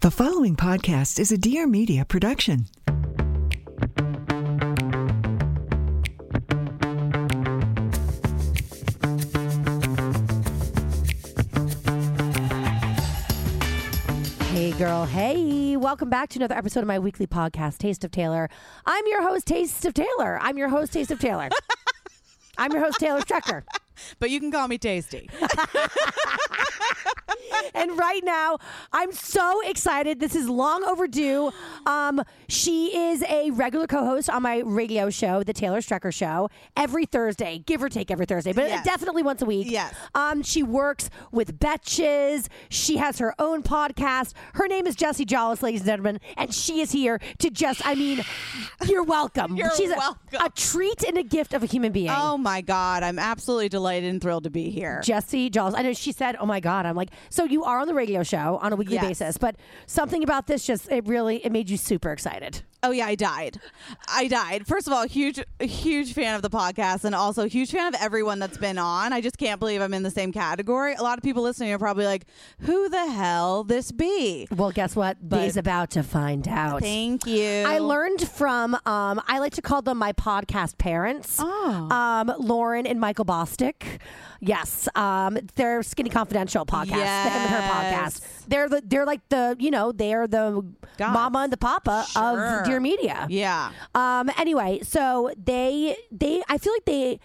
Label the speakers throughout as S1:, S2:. S1: The following podcast is a Dear Media production.
S2: Hey, girl. Hey, welcome back to another episode of my weekly podcast, Taste of Taylor. I'm your host, Taste of Taylor. I'm your host, Taste of Taylor. I'm your host, Taylor Strecker.
S3: but you can call me Tasty.
S2: and right now, I'm so excited. This is long overdue. Um, she is a regular co-host on my radio show, The Taylor Strecker Show, every Thursday, give or take every Thursday, but
S3: Yes.
S2: definitely once a week.
S3: Yes.
S2: Um, she works with Betches. She has her own podcast. Her name is Jessie Jollis, ladies and gentlemen, and she is here to just, I mean, you're welcome.
S3: You're
S2: She's a-
S3: welcome.
S2: A, treat and a gift of a human being.
S3: oh my God. I'm absolutely delighted and thrilled to be here.
S2: Jesse Jolles. I know she said, "Oh my God!" I'm like, so you are on the radio show on a weekly
S3: Yes.
S2: basis, but something about this just it really it made you super excited.
S3: Oh yeah, I died. I died. First of all, huge huge fan of the podcast and also huge fan of everyone that's been on. I just can't believe I'm in the same category. A lot of people listening are probably like, "Who the hell this be?"
S2: Well, guess what? He's about to find out.
S3: Thank you.
S2: I learned from um, I like to call them my podcast parents,
S3: Oh.
S2: um, Lauren and Michael Bostick. Yes, um, they're Skinny Confidential podcast, the him and her
S3: Yes.
S2: podcast. They're the they're like the you know they are the
S3: Gods.
S2: mama and the papa
S3: Sure.
S2: of Dear Media.
S3: Yeah.
S2: Um. Anyway, so they they I feel like they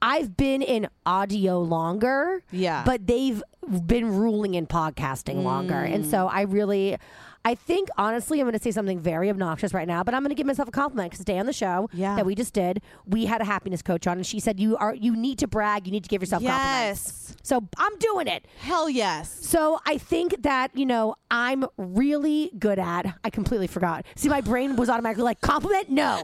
S2: I've been in audio longer.
S3: Yeah.
S2: But they've been ruling in podcasting longer, and so
S3: Mm.
S2: I really. I think honestly, I'm going to say something very obnoxious right now, but I'm going to give myself a compliment because today on the show
S3: Yeah.
S2: that we just did, we had a happiness coach on, and she said you are you need to brag, you need to give yourself
S3: Yes.
S2: compliments. So I'm doing it.
S3: Hell yes.
S2: So I think that, you know, I'm really good at, I completely forgot. See, my brain was automatically like, compliment? No.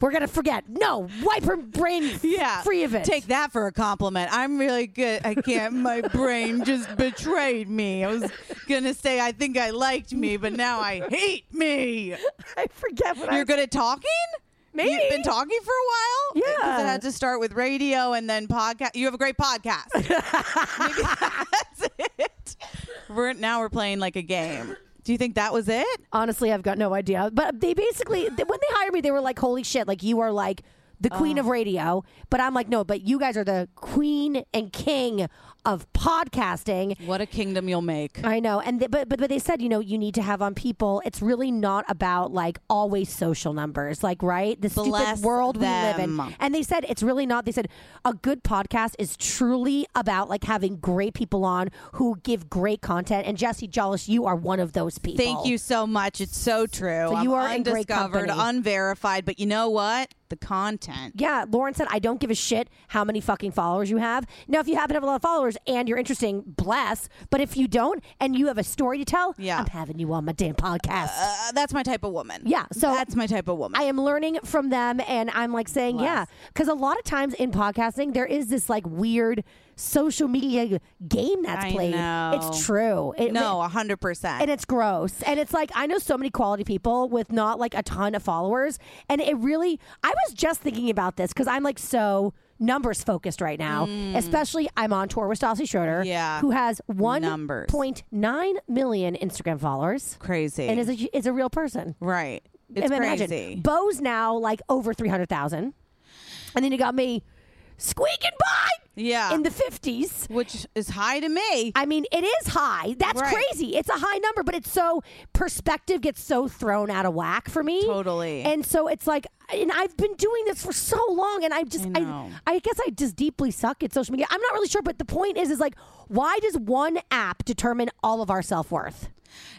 S2: We're going to forget. No. Wipe her brain f-
S3: Yeah.
S2: free of it.
S3: Take that for a compliment. I'm really good. I can't. My brain just betrayed me. I was going to say I think I liked me, but now I hate me.
S2: I forget what
S3: You're good at talking?
S2: Maybe.
S3: You've been talking for a while? Because it
S2: Yeah.
S3: had to start with radio and then podcast. You have a great podcast. Maybe that's it. We're, now we're playing like a game. Do you think that was it?
S2: Honestly, I've got no idea. But they basically, th- when they hired me, they were like, holy shit, like you are like the queen of radio. But I'm like, no, but you guys are the queen and king of podcasting.
S3: What a kingdom you'll make.
S2: I know, and th- but but but they said you know you need to have on people. It's really not about like always social numbers, like right the
S3: Bless
S2: stupid world we live
S3: them.
S2: in. And they said it's really not. They said a good podcast is truly about like having great people on who give great content. And Jesse Jollish, you are one of those people.
S3: Thank you so much. It's so true.
S2: So you
S3: I'm
S2: are in great
S3: undiscovered,
S2: company.
S3: unverified, but you know what? The content.
S2: Yeah, Lauren said, I don't give a shit how many fucking followers you have. Now, if you happen to have a lot of followers and you're interesting, bless. But if you don't and you have a story to tell,
S3: Yeah.
S2: I'm having you on my damn podcast.
S3: Uh, that's my type of woman.
S2: Yeah, so-
S3: that's my type of woman.
S2: I am learning from them and I'm like saying, yeah. Because a lot of times in podcasting, there is this like weird social media game that's
S3: I
S2: played.
S3: know.
S2: It's true. It,
S3: no, hundred percent.
S2: And it's gross. And it's like, I know so many quality people with not like a ton of followers. And it really, I was just thinking about this because I'm like so numbers focused right now. Especially, I'm on tour with Stassi Schroeder,
S3: Mm. Yeah.
S2: who has
S3: Numbers.
S2: 1.9 million Instagram followers
S3: Crazy.
S2: and is a, is a real person.
S3: right. It's
S2: I mean,
S3: crazy.
S2: Imagine. Bo's now like over 300,000. And then you got me. squeaking by
S3: Yeah.
S2: in the 50s.
S3: Which is high to me.
S2: I mean, it is high. That's
S3: Right.
S2: crazy. It's a high number, but it's so perspective gets so thrown out of whack for me.
S3: Totally.
S2: And so it's like, and I've been doing this for so long, and I just,
S3: I know.
S2: I, I, guess I just deeply suck at social media. I'm not really sure, but the point is, is like, why does one app determine all of our self worth?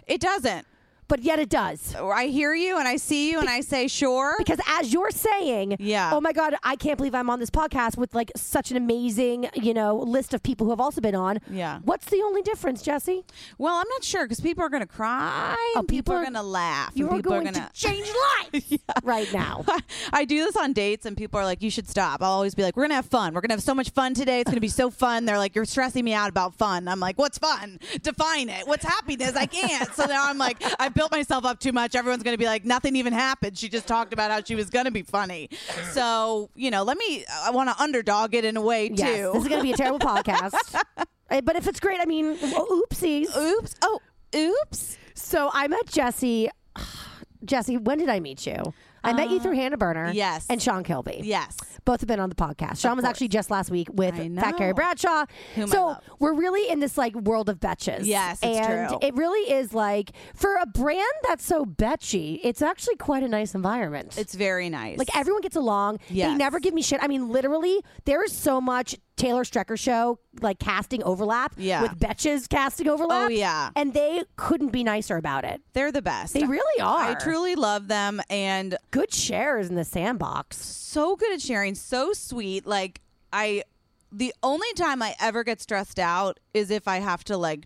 S3: it doesn't.
S2: But yet it does.
S3: I hear you and I see you and I say sure.
S2: Because as you're saying,
S3: Yeah.
S2: oh my God, I can't believe I'm on this podcast with like such an amazing, you know, list of people who have also been on.
S3: Yeah.
S2: What's the only difference, Jesse?
S3: Well, I'm not sure because people are going to cry.
S2: Oh,
S3: and people,
S2: people
S3: are
S2: are-
S3: going to laugh. and
S2: You are
S3: people
S2: going
S3: are gonna...
S2: to change lives right now.
S3: I do this on dates, and people are like, "You should stop." I'll always be like, "We're gonna have fun. We're gonna have so much fun today. It's gonna be so fun." They're like, "You're stressing me out about fun." I'm like, "What's fun? Define it. What's happiness? I can't." So now I'm like, I built myself up too much. Everyone's gonna be like, "Nothing even happened. She just talked about how she was gonna be funny." So you know, let me. I want to underdog it in a way too.
S2: Yes, this is going to be a terrible podcast. Uh, But if it's great, I mean, o- oopsies.
S3: oops. Oh, oops.
S2: So I met Jesse. Jesse, when did I meet you? I met you through Hannah Burner.
S3: Uh, yes.
S2: And Sean Kilby.
S3: Yes.
S2: Both have been on the podcast. Sean was actually just last week with
S3: I
S2: Fat Carrie
S3: know.
S2: Bradshaw.
S3: Whom I
S2: so
S3: love.
S2: we're really in this like world of betches.
S3: Yes, it's
S2: and
S3: true.
S2: it really is like for a brand that's so betchy, it's actually quite a nice environment.
S3: It's very nice.
S2: Like everyone gets along. They
S3: Yes.
S2: never give me shit. I mean, literally, there is so much Taylor Strecker show like casting overlap.
S3: Yeah.
S2: With Betches casting overlap.
S3: Oh, yeah.
S2: And they couldn't be nicer about it.
S3: they're the best.
S2: They really are.
S3: I truly love them and
S2: good shares in the sandbox.
S3: so good at sharing, so sweet. Like I the only time I ever get stressed out is if I have to like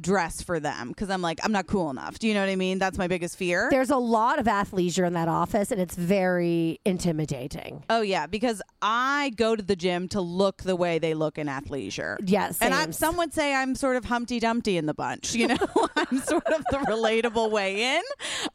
S3: dress for them cuz I'm like I'm not cool enough. Do you know what I mean? That's my biggest fear.
S2: There's a lot of athleisure in that office, and it's very intimidating.
S3: Oh yeah, because I go to the gym to look the way they look in athleisure.
S2: Yeah,
S3: and I'm,
S2: same.
S3: some would say I'm sort of Humpty Dumpty in the bunch. You know, I'm sort of the relatable way in.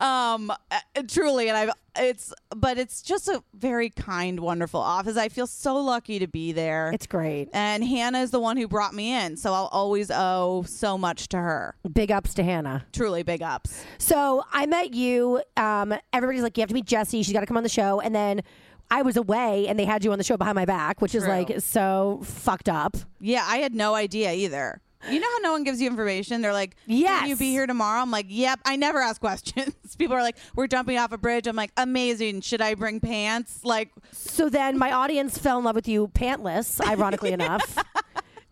S3: Um, uh, truly, and I've it's, but it's just a very kind, wonderful office. I feel so lucky to be there.
S2: It's great.
S3: and Hannah is the one who brought me in, so I'll always owe so much to her.
S2: Big ups to Hannah.
S3: Truly, big ups.
S2: So I met you. Um, everybody's like, you have to meet Jesse. She's got to come on the show. And then I was away, and they had you on the show behind my back, which is
S3: True.
S2: like so fucked up.
S3: Yeah, I had no idea either. You know how no one gives you information? They're like,
S2: Yes.
S3: "Can you be here tomorrow?" I'm like, "Yep." I never ask questions. People are like, "We're jumping off a bridge." I'm like, "Amazing. Should I bring pants?" Like,
S2: So then my audience fell in love with you pantless, ironically enough.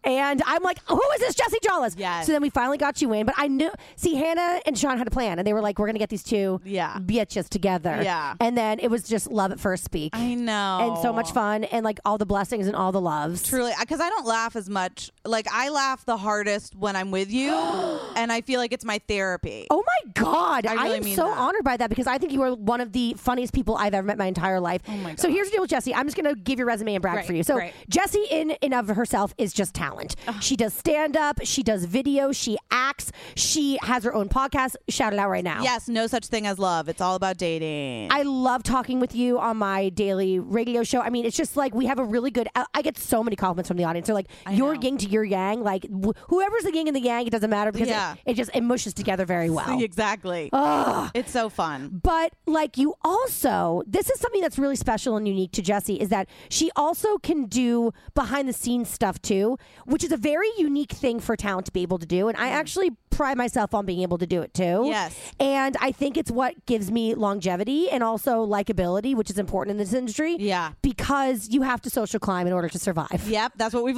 S2: And I'm like, who is this Jesse Jollis?
S3: Yes.
S2: So then we finally got you in. But I knew, see, Hannah and Sean had a plan, and they were like, we're going to get these two
S3: Yeah.
S2: bitches together.
S3: Yeah.
S2: And then it was just love at first speak.
S3: I know.
S2: And so much fun, and like all the blessings and all the loves.
S3: Truly, because I don't laugh as much. Like, I laugh the hardest when I'm with you, and I feel like it's my therapy.
S2: Oh my God. I,
S3: really
S2: am
S3: mean
S2: so
S3: that.
S2: honored by that because I think you are one of the funniest people I've ever met my entire life. Oh my so here's the deal with Jesse. I'm just going to give your resume and brag
S3: Right,
S2: for you. So
S3: right.
S2: Jesse in and of herself is just talent. She does stand up. She does video. She acts. She has her own podcast. Shout it out right now.
S3: Yes, no such thing as love. It's all about dating.
S2: I love talking with you on my daily radio show. I mean, it's just like we have a really good. I- I get so many compliments from the audience. They're like, "Your yin to your yang." Like wh- whoever's the yin and the yang, it doesn't matter because it-
S3: Yeah.
S2: it, just it mushes together very well.
S3: exactly. It's so fun.
S2: But like you also, this is something that's really special and unique to Jessie is that she also can do behind the scenes stuff too, which is a very unique thing for talent to be able to do. And I actually pride myself on being able to do it too.
S3: Yes.
S2: And I think it's what gives me longevity and also likability, which is important in this industry.
S3: Yeah.
S2: Because you have to social climb in order to survive.
S3: Yep, that's what we've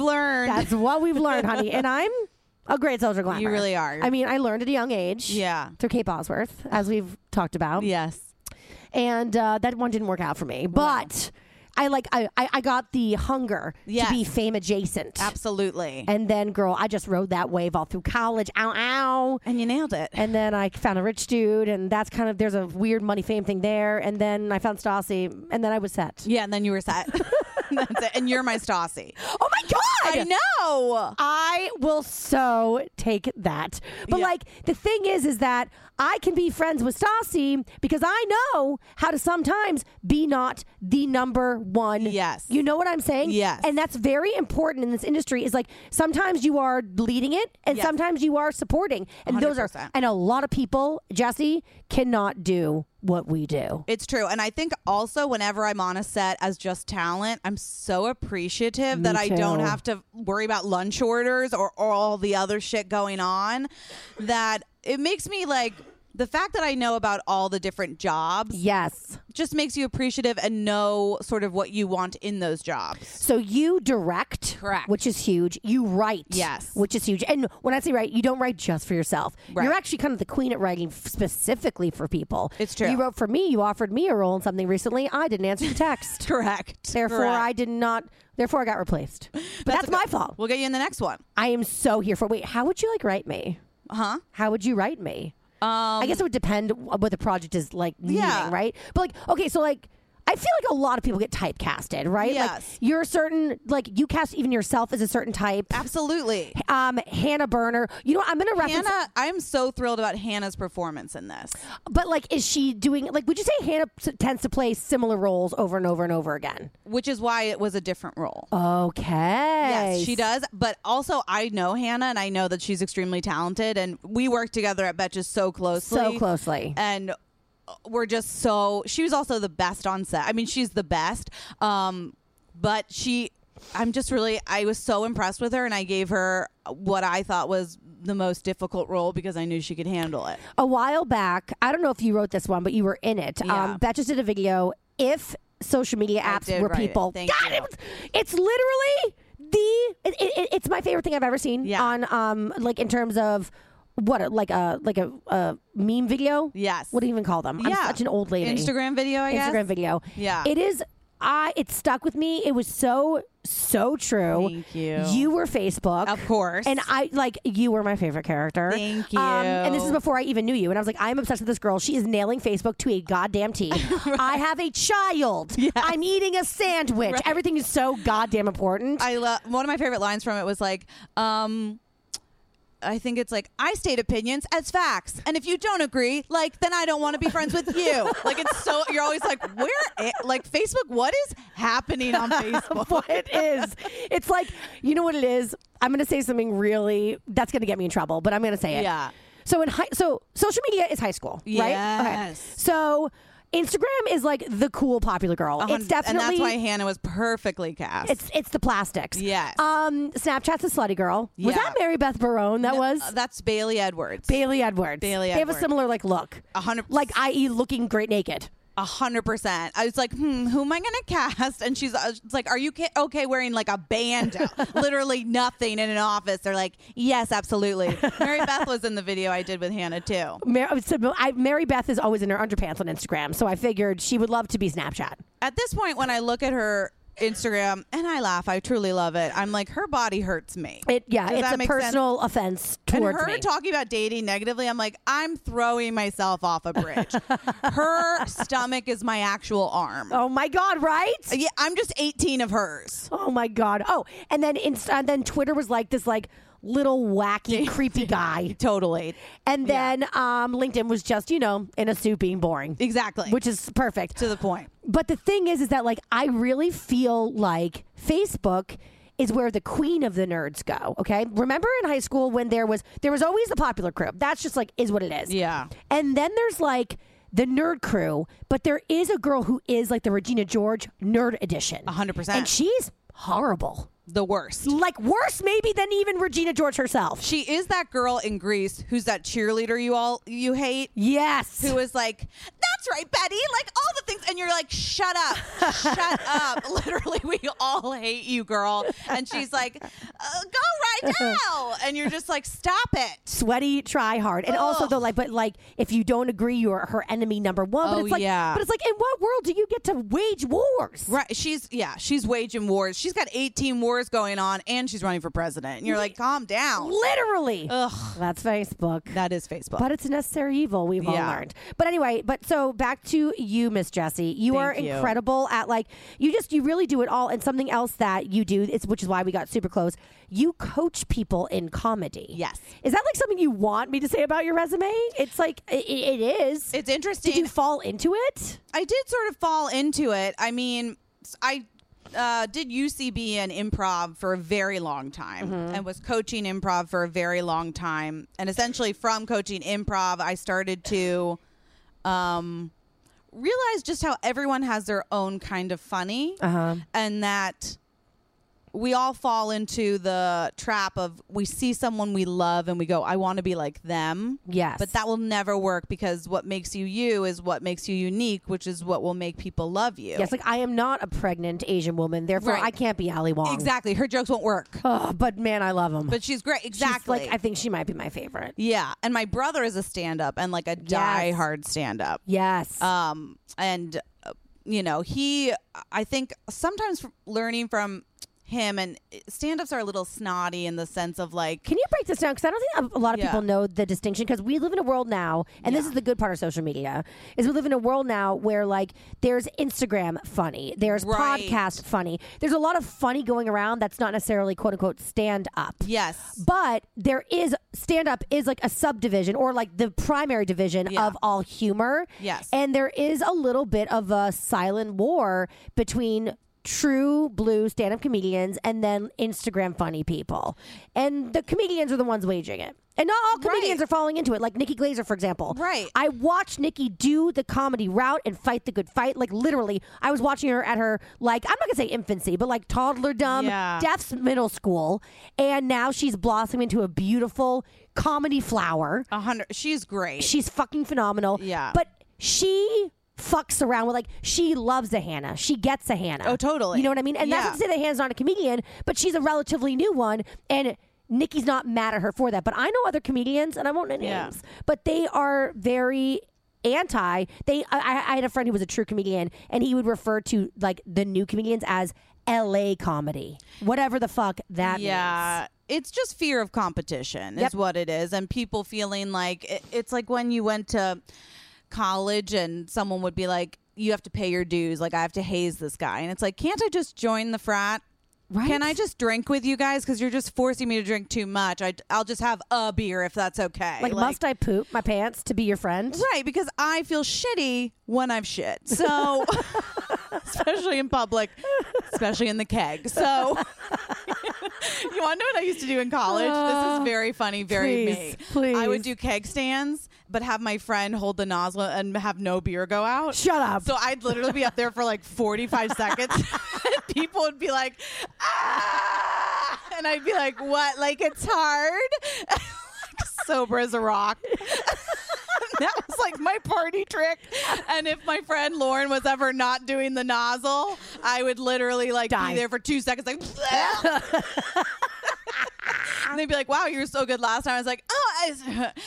S3: learned.
S2: That's what we've learned, honey. And I'm a great social climber.
S3: really are.
S2: I mean, I learned at a young age.
S3: Yeah.
S2: Through Kate Bosworth, as we've talked about
S3: yes.
S2: and uh, that one didn't work out for me. But I like I I, I got the hunger
S3: Yes.
S2: to be fame adjacent.
S3: Absolutely.
S2: And then, girl, I just rode that wave all through college. Ow, ow.
S3: And you nailed it.
S2: And then I found a rich dude, and that's kind of there's a weird money fame thing there. And then I found Stassi, and then I was set.
S3: Yeah, and then you were set. That's it. And you're my Stassi.
S2: Oh my god!
S3: I know.
S2: I will so take that. But
S3: Yeah.
S2: like the thing is, is that I can be friends with Stassi because I know how to sometimes be not the number one.
S3: Yes.
S2: You know what I'm saying?
S3: Yes.
S2: And that's very important in this industry is like sometimes you are leading it and
S3: Yes.
S2: sometimes you are supporting. And those are
S3: 100%.
S2: and a lot of people, Jesse, cannot do what we do.
S3: It's true. And I think also whenever I'm on a set as just talent, I'm so appreciative that I don't
S2: too.
S3: have to worry about lunch orders or all the other shit going on that it makes me like the fact that I know about all the different jobs
S2: Yes.
S3: just makes you appreciative and know sort of what you want in those jobs.
S2: So you direct,
S3: Correct.
S2: which is huge. You write,
S3: Yes.
S2: which is huge. And when I say write, you don't write just for yourself.
S3: Right.
S2: You're actually kind of the queen at writing f- specifically for people.
S3: It's true.
S2: You wrote for me. You offered me a role in something recently. I didn't answer the text.
S3: Correct.
S2: Therefore,
S3: Correct.
S2: I did not. Therefore, I got replaced. But that's,
S3: a
S2: my
S3: good-
S2: fault.
S3: We'll get you in the next one.
S2: I am so here for. Wait, how would you like write me?
S3: Huh?
S2: How would you write me?
S3: Uh-huh. Um,
S2: I guess it would depend wh- what the project is like needing,
S3: Yeah.
S2: right? But like, okay, so like, I feel like a lot of people get typecasted, right?
S3: Yes.
S2: Like, you're a certain, like, you cast even yourself as a certain type.
S3: absolutely.
S2: Um, Hannah Burner, you know, what? I'm gonna reference,
S3: Hannah, I'm so thrilled about Hannah's performance in this.
S2: but like, is she doing like? Would you say Hannah s- tends to play similar roles over and over and over again?
S3: which is why it was a different role.
S2: Okay.
S3: Yes, she does. But also, I know Hannah, and I know that she's extremely talented. And we work together at Betches so closely,
S2: So closely.
S3: and uh, we're just so. She was also the best on set. I mean, she's the best. Um, but she, I'm just really, I was so impressed with her, and I gave her what I thought was the most difficult role because I knew she could handle it.
S2: a while back. I don't know if you wrote this one, but you were in it.
S3: Yeah.
S2: Um, Betches did a video. If social media
S3: I
S2: apps
S3: did
S2: were
S3: write it.
S2: people,
S3: Thank
S2: God,
S3: you.
S2: it was- it's literally the. It, it, it's my favorite thing I've ever seen.
S3: Yeah.
S2: On um, like in terms of what like a like a, a meme video.
S3: Yes.
S2: What do you even call them? I'm
S3: Yeah.
S2: such an old lady.
S3: Instagram video, I guess.
S2: Instagram video.
S3: Yeah.
S2: It is I it stuck with me. It was so so true.
S3: Thank you.
S2: You were Facebook.
S3: Of course.
S2: And I like you were my favorite character. Um,
S3: Thank
S2: and this is
S3: you.
S2: before I even knew you. And I was like, I'm obsessed with this girl. She is nailing Facebook to a goddamn T. I have a child. I'm eating a sandwich. Everything is so goddamn important.
S3: I love one of my favorite lines from it was like, um, I think it's like I state opinions as facts, and if you don't agree, like then I don't want to be friends with you. like it's so you're always like, where, i- like Facebook, what is happening on Facebook?
S2: what it is. It's like, you know what it is? I'm going to say something really that's going to get me in trouble, but I'm going to say it.
S3: Yeah.
S2: So in high, so social media is high school, right? Okay.
S3: Yes.
S2: So Instagram is like the cool popular girl. It's definitely
S3: and that's why Hannah was perfectly cast.
S2: it's it's the plastics.
S3: Yes.
S2: Um, Snapchat's a slutty girl. Was
S3: Yeah.
S2: that Mary Beth Barone? That was
S3: Uh, that's Bailey Edwards.
S2: Bailey Edwards.
S3: Bailey
S2: They have a
S3: Edwards.
S2: similar like look,
S3: A hundred,
S2: like i.e. looking great naked.
S3: a hundred percent. I was like, hmm, who am I gonna cast? And she's uh, it's like, are you ki- okay wearing like a bandeau, literally nothing in an office? They're like, yes, absolutely. Mary Beth was in the video I did with Hannah too.
S2: Mar- so I, Mary Beth is always in her underpants on Instagram, so I figured she would love to be Snapchat.
S3: At this point, when I look at her Instagram and I laugh, I truly love it. I'm like, her body hurts me.
S2: It yeah,
S3: Does
S2: it's
S3: that
S2: a
S3: make sense?
S2: personal offense
S3: And
S2: towards
S3: her
S2: me.
S3: talking about dating negatively, I'm like, I'm throwing myself off a bridge. her stomach is my actual arm.
S2: oh my god, right?
S3: Yeah, I'm just 18 of hers.
S2: Oh my god. Oh, and then inst- and then Twitter was like this like little wacky creepy guy.
S3: Totally.
S2: And then um, LinkedIn was just, you know, in a suit being boring.
S3: Exactly.
S2: Which is perfect.
S3: to the point.
S2: But the thing is, is that like I really feel like Facebook is where the queen of the nerds go. Okay, remember in high school when there was there was always the popular crew. That's just like is what it is.
S3: Yeah.
S2: And then there's like the nerd crew, but there is a girl who is like the Regina George nerd edition.
S3: hundred percent.
S2: And she's horrible.
S3: The worst.
S2: Like worse maybe than even Regina George herself.
S3: She is that girl in Greece who's that cheerleader you all you hate.
S2: yes.
S3: Who is like, that's right, Betty, like all the things. And you're like, shut up, shut up. Literally, we all hate you, girl. And she's like, uh, go right now. And you're just like, stop it.
S2: sweaty, try hard, and also
S3: Ugh.
S2: though, like, but like, if you don't agree, you're her enemy number one. But
S3: Oh,
S2: it's like,
S3: yeah.
S2: but it's like, in what world do you get to wage wars?
S3: Right. She's, yeah, she's waging wars. She's got 18 wars going on and she's running for president. And you're like, calm down.
S2: Literally. Ugh. That's Facebook.
S3: That is Facebook.
S2: but it's a necessary evil we've
S3: Yeah.
S2: all learned. But anyway, but so back to you, Miss Jessie. You are
S3: Thank you.
S2: incredible at like you just you really do it all. And something else that you do is which is why we got super close. You coach people in comedy.
S3: Yes.
S2: Is that like something you want me to say about your resume? It's like it, it is.
S3: it's interesting.
S2: Did you fall into it?
S3: I did sort of fall into it. I mean, s- I uh, did UCB and improv for a very long time and was coaching improv for a very long time. And essentially, from coaching improv, I started to um, realize just how everyone has their own kind of funny
S2: Uh-huh.
S3: and that we all fall into the trap of we see someone we love and we go, I want to be like them.
S2: Yes.
S3: But that will never work because what makes you you is what makes you unique, which is what will make people love you.
S2: Yes, like I am not a pregnant Asian woman, therefore
S3: Right.
S2: I can't be Ali Wong.
S3: Exactly. Her jokes won't work.
S2: Ugh, but man, I love him.
S3: But she's great.
S2: She's,
S3: Exactly.
S2: like I think she might be my favorite.
S3: yeah. And my brother is a stand up and like a die hard stand up.
S2: Yes.
S3: um and uh, you know he i think sometimes f- learning from him and uh, stand-ups are a little snotty in the sense of like
S2: Can you break this down? Because I don't think a- a lot of
S3: Yeah.
S2: people know the distinction. Because we live in a world now, and this is the good part of social media, is we live in a world now where like there's Instagram funny, there's
S3: Right.
S2: podcast funny, there's a lot of funny going around that's not necessarily quote unquote stand up.
S3: yes
S2: But there is stand up is like a subdivision or like the primary division
S3: Yeah.
S2: of all humor.
S3: Yes.
S2: And there is a little bit of a silent war between true blue stand up comedians and then Instagram funny people. And the comedians are the ones waging it. And not all comedians
S3: Right.
S2: are falling into it, like Nikki Glazer, for example.
S3: Right.
S2: I watched Nikki do the comedy route and fight the good fight. Like, literally, I was watching her at her, like, I'm not going to say infancy, but like toddler dumb,
S3: Yeah.
S2: Jeff's middle school, and now she's blossoming into a beautiful comedy flower.
S3: a hundred she's great
S2: She's fucking phenomenal.
S3: Yeah.
S2: But she fucks around with like she loves a Hannah. She gets a Hannah.
S3: Oh, totally.
S2: You know what I mean? And that's
S3: Yeah.
S2: not to say that Hannah's not a comedian, but she's a relatively new one and Nikki's not mad at her for that. But I know other comedians and I won't name
S3: Yeah.
S2: names, but they are very anti they I, I- I had a friend who was a true comedian and he would refer to like the new comedians as LA comedy. Whatever the fuck that means.
S3: yeah it's just fear of competition
S2: Yep.
S3: is what it is and people feeling like it, it's like when you went to college and someone would be like you have to pay your dues like i have to haze this guy and it's like can't i just join the frat
S2: Right?
S3: Can I just drink with you guys? Because you're just forcing me to drink too much. I, will just have a beer if that's okay.
S2: like, must I poop my pants to be your friend?
S3: Right, because I feel shitty when I'm shit. So, especially in public, especially in the keg. So, you want to know what I used to do in college? this is very funny, very me.
S2: Uh, please,
S3: I
S2: please.
S3: would do keg stands, but have my friend hold the nozzle and have no beer go out.
S2: Shut up.
S3: So I'd literally be up there for like 45 seconds. and people would be like, ah! And I'd be like, what? Like, it's hard? like, sober as a rock. that was like my party trick. And if my friend Lauren was ever not doing the nozzle, I would literally like
S2: Die.
S3: be there for two seconds, like, and they'd be like, wow, you were so good last time. I was like, oh, I.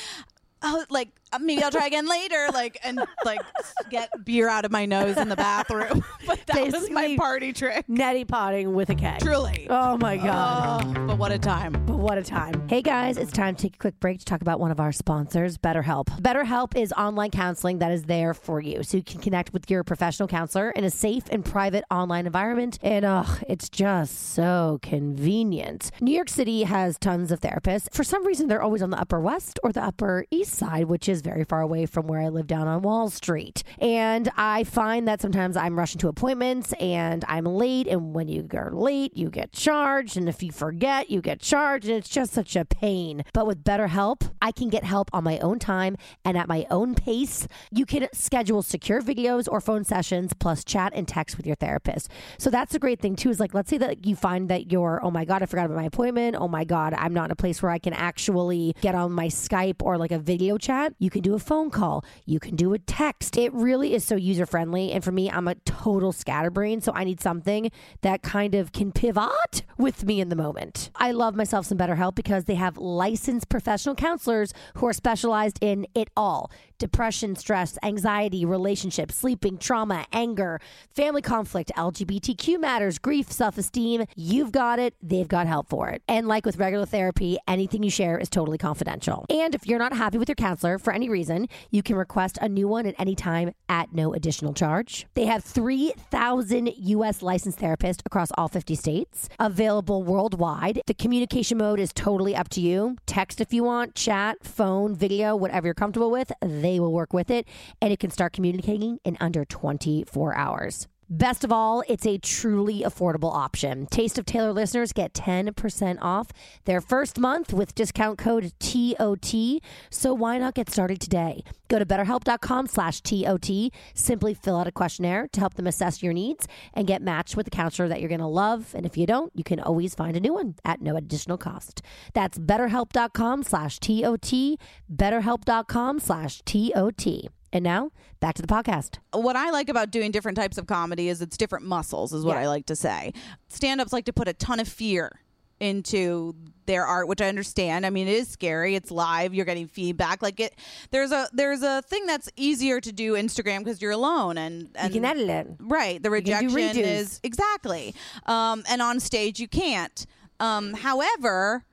S3: Oh, like uh, maybe I'll try again later, like and like get beer out of my nose in the bathroom. but that was my
S2: Basically-
S3: party trick,
S2: Natty potting with a keg.
S3: truly.
S2: Oh my god.
S3: Oh, but what a time!
S2: But what a time. Hey guys, it's time to take a quick break to talk about one of our sponsors, BetterHelp. BetterHelp is online counseling that is there for you. So you can connect with your professional counselor in a safe and private online environment. And ugh, it's just so convenient. New York City has tons of therapists. For some reason, they're always on the Upper West or the Upper East Side, which is very far away from where I live down on Wall Street. And I find that sometimes I'm rushing to appointments and I'm late. And when you are late, you get charged. And if you forget, you get charged. And it's just such a pain. But with BetterHelp, I can get help on my own time and at my own pace. You can schedule secure videos or phone sessions, plus chat and text with your therapist. So that's a great thing, too, is like, let's say that you find that you're, oh my God, I forgot about my appointment. Oh my God, I'm not in a place where I can actually get on my Skype or like a video chat. You can do a phone call, you can do a text. It really is so user friendly. And for me, I'm a total scatterbrain. So I need something that kind of can pivot with me in the moment. I love myself some BetterHelp because they have licensed professional counselors who are specialized in it all depression, stress, anxiety, relationships, sleeping, trauma, anger, family conflict, LGBTQ matters, grief, self esteem. You've got it. They've got help for it. And like with regular therapy, anything you share is totally confidential. And if you're not happy with your counselor for any reason, you can request a new one at any time at no additional charge. They have 3,000 U.S. licensed therapists across all 50 states available worldwide. The communication mode is totally up to you. Text if you want, chat, phone, video, whatever you're comfortable with, they will work with it. And it can start communicating in under 24 hours. Best of all, it's a truly affordable option. Taste of Taylor listeners get 10% off their first month with discount code TOT. So why not get started today? Go to betterhelp.com slash TOT. Simply fill out a questionnaire to help them assess your needs and get matched with a counselor that you're going to love. And if you don't, you can always find a new one at no additional cost. That's betterhelp.com slash TOT, betterhelp.com slash TOT. And now back to the podcast.
S3: what I like about doing different types of comedy is it's different muscles, is what I like to say. Stand ups like to put a ton of fear into their art which i understand i mean it is scary it's live you're getting feedback like it there's a there's a thing that's easier to do instagram because you're alone and and
S2: You can edit it.
S3: Right. The
S2: can do
S3: rejection
S2: redos.
S3: is exactly. Um, and on stage, you can't. Um, however,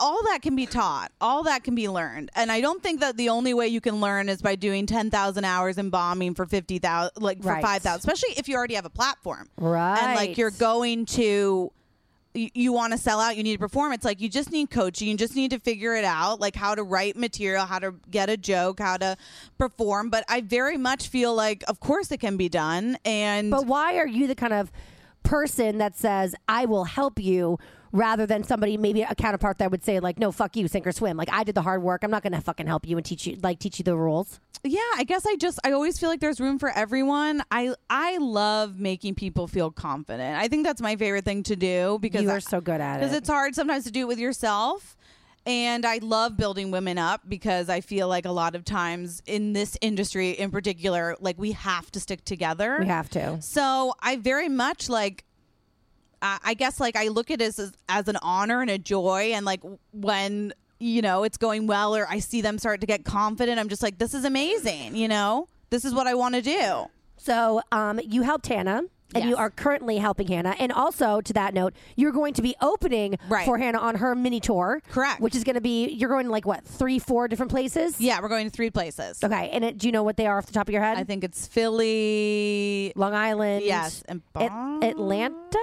S3: all that can be taught, all that can be learned. And I don't think that the only way you can learn is by doing 10,000 hours and bombing for 50,000, like for
S2: Right.
S3: 5,000, especially if you already have a platform. And
S2: Right.
S3: like you're going to. You, you want to sell out, you need to perform. It's like you just need coaching, you just need to figure it out, like how to write material, how to get a joke, how to perform. But I very much feel like, of course, it can be done. And
S2: But why are you the kind of person that says, I will help you, rather than somebody, maybe a counterpart that would say, like, no, fuck you, sink or swim. Like, I did the hard work. I'm not going to fucking help you and teach you, like, teach you the rules.
S3: yeah, I guess I just I always feel like there's room for everyone. I I love making people feel confident. I think that's my favorite thing to do because
S2: You
S3: I-
S2: are so good at
S3: because
S2: it.
S3: it's hard sometimes to do it with yourself. And I love building women up because I feel like a lot of times in this industry in particular, like we have to stick together.
S2: We have to.
S3: So I very much like. I I guess like I look at it as, as as an honor and a joy, and like when you know it's going well, or I see them start to get confident, I'm just like, this is amazing. You know, this is what I want to do.
S2: So, um, you helped Hannah. And you
S3: Yes.
S2: are currently helping Hannah. And also, to that note, you're going to be opening
S3: Right.
S2: for Hannah on her mini tour.
S3: Correct.
S2: Which is going to be, you're going to like what, three, four different places?
S3: Yeah, we're going to three places.
S2: Okay. And it, do you know what they are off the top of your head?
S3: I think it's Philly.
S2: Long Island.
S3: Yes, and
S2: At-
S3: Bos-
S2: Atlanta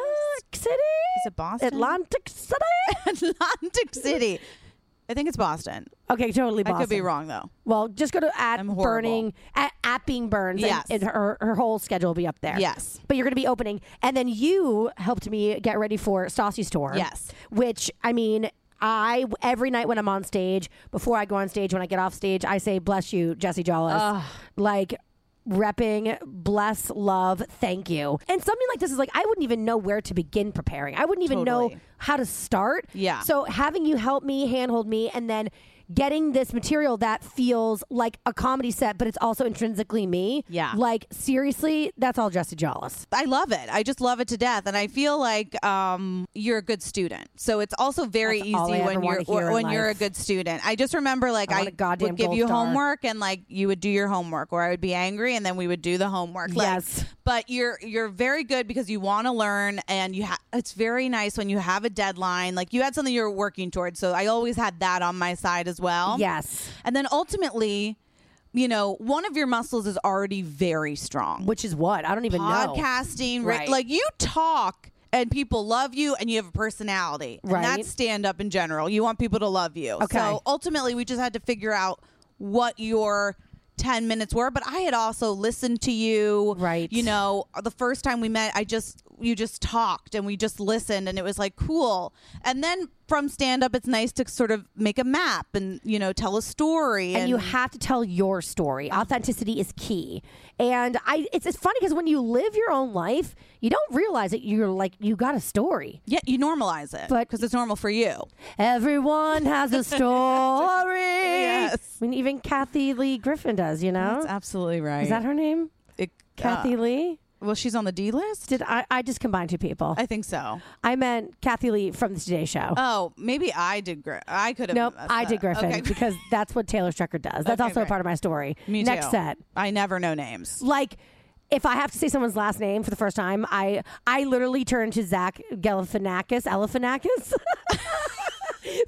S2: City.
S3: Is it Boston?
S2: Atlantic City.
S3: Atlantic City. I think it's Boston.
S2: okay, totally. Boston.
S3: I could be wrong though.
S2: Well, just go to at
S3: I'm horrible.
S2: burning at, at being burns. and-
S3: Yes.
S2: and, her her whole schedule will be up there.
S3: Yes.
S2: but you're going to be opening, and then you helped me get ready for Stassi's tour.
S3: Yes.
S2: which I mean. I every night when I'm on stage, before I go on stage, when I get off stage, I say "Bless you, Jesse Jollis," like repping, bless, love, thank you. And something like this is like I wouldn't even know where to begin preparing. I wouldn't even know
S3: Totally.
S2: how to start.
S3: Yeah.
S2: So having you help me, handhold me, and then getting this material that feels like a comedy set, but it's also intrinsically me.
S3: Yeah.
S2: Like seriously, that's all Jesse Jollis.
S3: I love it. I just love it to death, and I feel like um, you're a good student. So it's also very
S2: That's
S3: easy
S2: all I ever
S3: when
S2: wanna
S3: you're
S2: hear in
S3: when you're a
S2: life.
S3: good student. I just remember like
S2: I
S3: I,
S2: want a goddamn
S3: would give
S2: gold
S3: you
S2: star.
S3: homework, and like you would do your homework, or I would be angry, and then we would do the homework. Like,
S2: Yes.
S3: but you're you're very good because you want to learn, and you ha- it's very nice when you have a deadline. Like you had something you're working towards. So I always had that on my side as well.
S2: Yes.
S3: and then ultimately. You know, one of your muscles is already very strong
S2: Which is what? I don't even know.
S3: podcasting, ra-
S2: Right.
S3: like you talk and people love you and you have a personality.
S2: Right.
S3: And that's stand up in general. You want people to love you.
S2: Okay.
S3: So ultimately, we just had to figure out what your 10 minutes were, but I had also listened to you.
S2: Right.
S3: You know, the first time we met, I just, you just talked and we just listened and it was like cool. And then from stand up, it's nice to sort of make a map and, you know, tell a story.
S2: and you have to tell your story. Authenticity is key. And I it's, it's funny because when you live your own life, you don't realize that you're like you got a story.
S3: yeah, you normalize it
S2: But-
S3: because it's normal for you.
S2: Everyone has a story.
S3: Yes.
S2: I mean, even Kathy Lee Griffin does, you know?
S3: That's absolutely right.
S2: Is that her name?
S3: It,
S2: Kathy
S3: uh,
S2: Lee?
S3: well, she's on the D list.
S2: Did I, I just combined two people?
S3: I think so.
S2: I meant Kathy Lee from the Today Show.
S3: Oh, maybe I did. Gri- I could have.
S2: nope,
S3: messed
S2: I did
S3: up.
S2: Griffin
S3: Okay.
S2: because that's what Taylor Strecker does. That's
S3: Okay,
S2: also a
S3: great.
S2: part of my story.
S3: Me too.
S2: Next set.
S3: I never know names.
S2: Like, if I have to say someone's last name for the first time, I I literally turn to Zach Galifianakis, Elifanakis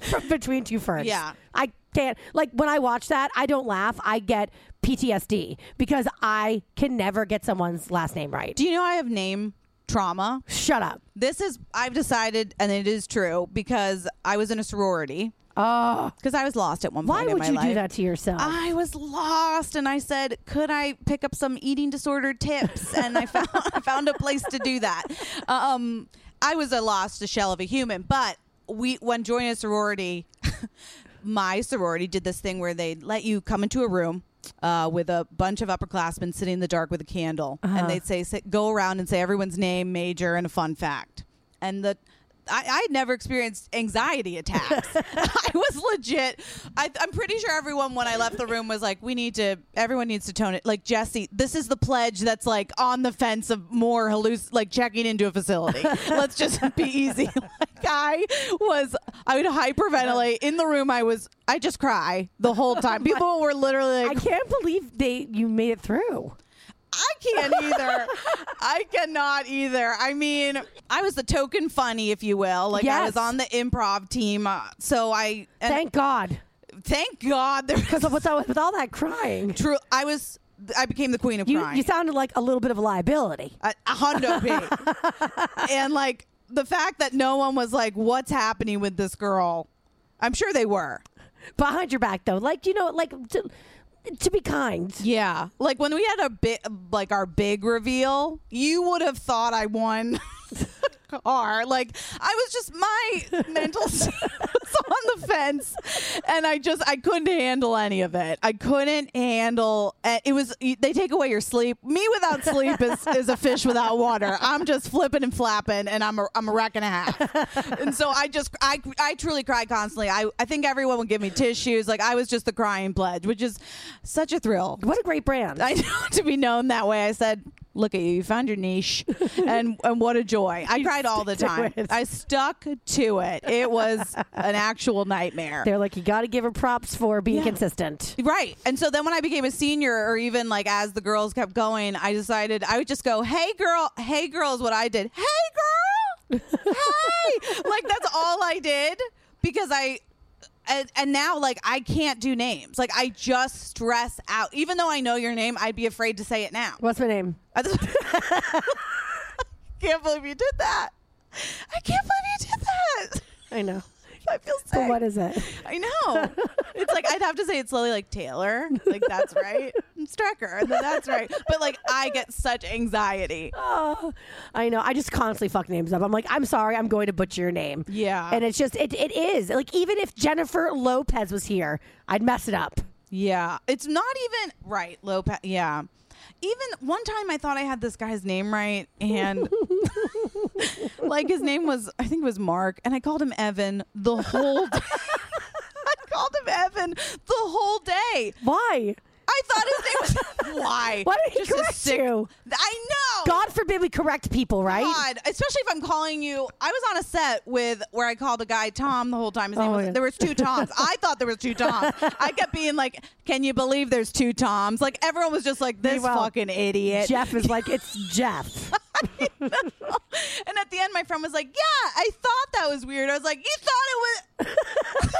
S2: from Between Two Ferns.
S3: Yeah.
S2: I can't. Like, when I watch that, I don't laugh. I get PTSD because I can never get someone's last name right.
S3: Do you know I have name trauma.
S2: Shut up.
S3: This is I've decided, and it is true because I was in a sorority
S2: Oh,
S3: because I was lost at one
S2: why
S3: point. in
S2: would
S3: my
S2: you do
S3: life.
S2: that to yourself?
S3: I was lost, and I said, "Could I pick up some eating disorder tips?" And I found I found a place to do that. Um, I was a lost shell of a human, but we when joining a sorority, my sorority did this thing where they let you come into a room. Uh, with a bunch of upperclassmen sitting in the dark with a candle, and they'd say, say, "Go around and say everyone's name, major, and a fun fact." And the I, I had never experienced anxiety attacks. I was legit. I, I'm pretty sure everyone when I left the room was like, "We need to. Everyone needs to tone it." Like Jesse, this is the pledge that's like on the fence of more halluc, like checking into a facility. Let's just be easy. like I was, I would hyperventilate in the room. I was, I just cry the whole time. People were literally
S2: I
S3: like,
S2: can't believe they you made it through.
S3: I can't either. I cannot either. I mean, I was the token funny, if you will. Like I
S2: Yes.
S3: was on the improv team, uh, so I and
S2: Thank God.
S3: thank God there was
S2: Because what's up with all that crying?
S3: true. I was I became the queen of
S2: You
S3: crying.
S2: you sounded like a little bit of a liability.
S3: a, a hundo pig. and like the fact that no one was like, "What's happening with this girl?" I'm sure they were.
S2: behind your back though like you know like to, to be kind
S3: Yeah, like when we had a bit like our big reveal, you would have thought I won. a Car, like I was just my mental state was on the fence, and I just I couldn't handle any of it. I couldn't handle eh, it. Was they take away your sleep? Me without sleep is, is a fish without water. I'm just flipping and flapping, and I'm a I'm a wreck and a half. And so I just I I truly cried constantly. I I think everyone would give me tissues. Like I was just the crying pledge, which is such a thrill.
S2: what a great brand
S3: I know to be known that way. I said, "Look at you, you found your niche," and and what a joy! I cried all the time.
S2: it.
S3: I stuck to it. It was an actual nightmare.
S2: they're like you got to give her props for being consistent
S3: Right. And so then when I became a senior or even like as the girls kept going, I decided I would just go, "Hey girl, hey girl" is what I did. "Hey girl." hey. Like that's all I did because I and, and now like I can't do names. Like I just stress out. Even though I know your name, I'd be afraid to say it now.
S2: what's my name
S3: I just- can't believe you did that. I can't believe you did that.
S2: i know
S3: I feel sick.
S2: but what is it
S3: I know. it's like I'd have to say it slowly, like Taylor. Like that's right. And Strecker. And then that's right. But like I get such anxiety.
S2: oh, i know i just constantly fuck names up i'm like i'm sorry i'm going to butcher your name
S3: Yeah.
S2: and it's just it, it is like even if jennifer lopez was here i'd mess it up
S3: Yeah. It's not even right, Lopez. Yeah. Even one time I thought I had this guy's name right and like his name was I think it was Mark and I called him Evan the whole day. I called him Evan the whole day.
S2: why
S3: I thought his name was why?
S2: Why did he
S3: a
S2: correct you?
S3: I know.
S2: god forbid we correct people right
S3: God, especially if I'm calling you. I was on a set with where I called a guy Tom the whole time. His name
S2: Oh,
S3: was,
S2: yeah.
S3: There was two Toms. I thought there was two Toms. I kept being like, "Can you believe there's two Toms?" Like everyone was just like, "This
S2: Meanwhile,
S3: fucking idiot."
S2: jeff is like it's jeff
S3: and at the end, my friend was like, "Yeah, I thought that was weird." I was like, "You thought it was?"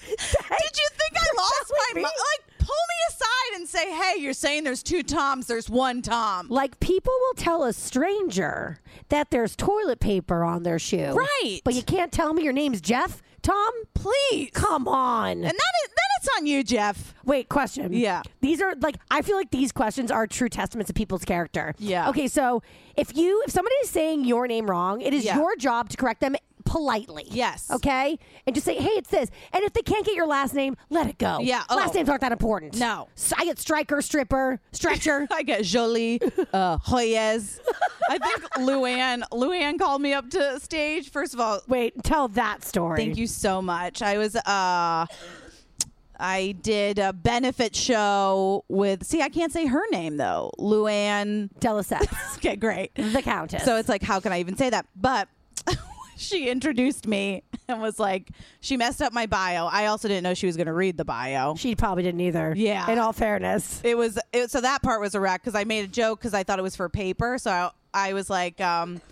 S3: Did you think I lost my
S2: me.
S3: mi- like? Pull me aside and say, "Hey, you're saying there's two Toms. There's one Tom."
S2: Like people will tell a stranger that there's toilet paper on their shoe.
S3: Right.
S2: But you can't tell me your name's Jeff, Tom? Please. Come on.
S3: and that is then it's on you, Jeff.
S2: Wait, question.
S3: Yeah.
S2: These are like I feel like these questions are true testaments of people's character.
S3: Yeah.
S2: Okay, so if you if somebody is saying your name wrong, it is
S3: Yeah.
S2: your job to correct them politely.
S3: Yes.
S2: Okay? And just say, "Hey, it's this." And if they can't get your last name, let it go.
S3: Yeah,
S2: Last
S3: oh.
S2: names aren't that important.
S3: No.
S2: So I get striker, stripper, stretcher.
S3: I get Jolie, uh, Hoyes. I think Luann, Luann called me up to stage. First of all,
S2: Wait, tell that story.
S3: thank you so much. I was, uh, I did a benefit show with, see, I can't say her name though. Luann.
S2: Deliceps.
S3: Okay, great.
S2: the Countess.
S3: So it's like, how can I even say that? But she introduced me and was like, she messed up my bio. I also didn't know she was going to read the bio.
S2: she probably didn't either.
S3: Yeah.
S2: In all fairness.
S3: it was it, so that part was a wreck because I made a joke because I thought it was for paper. So I, I was like, um,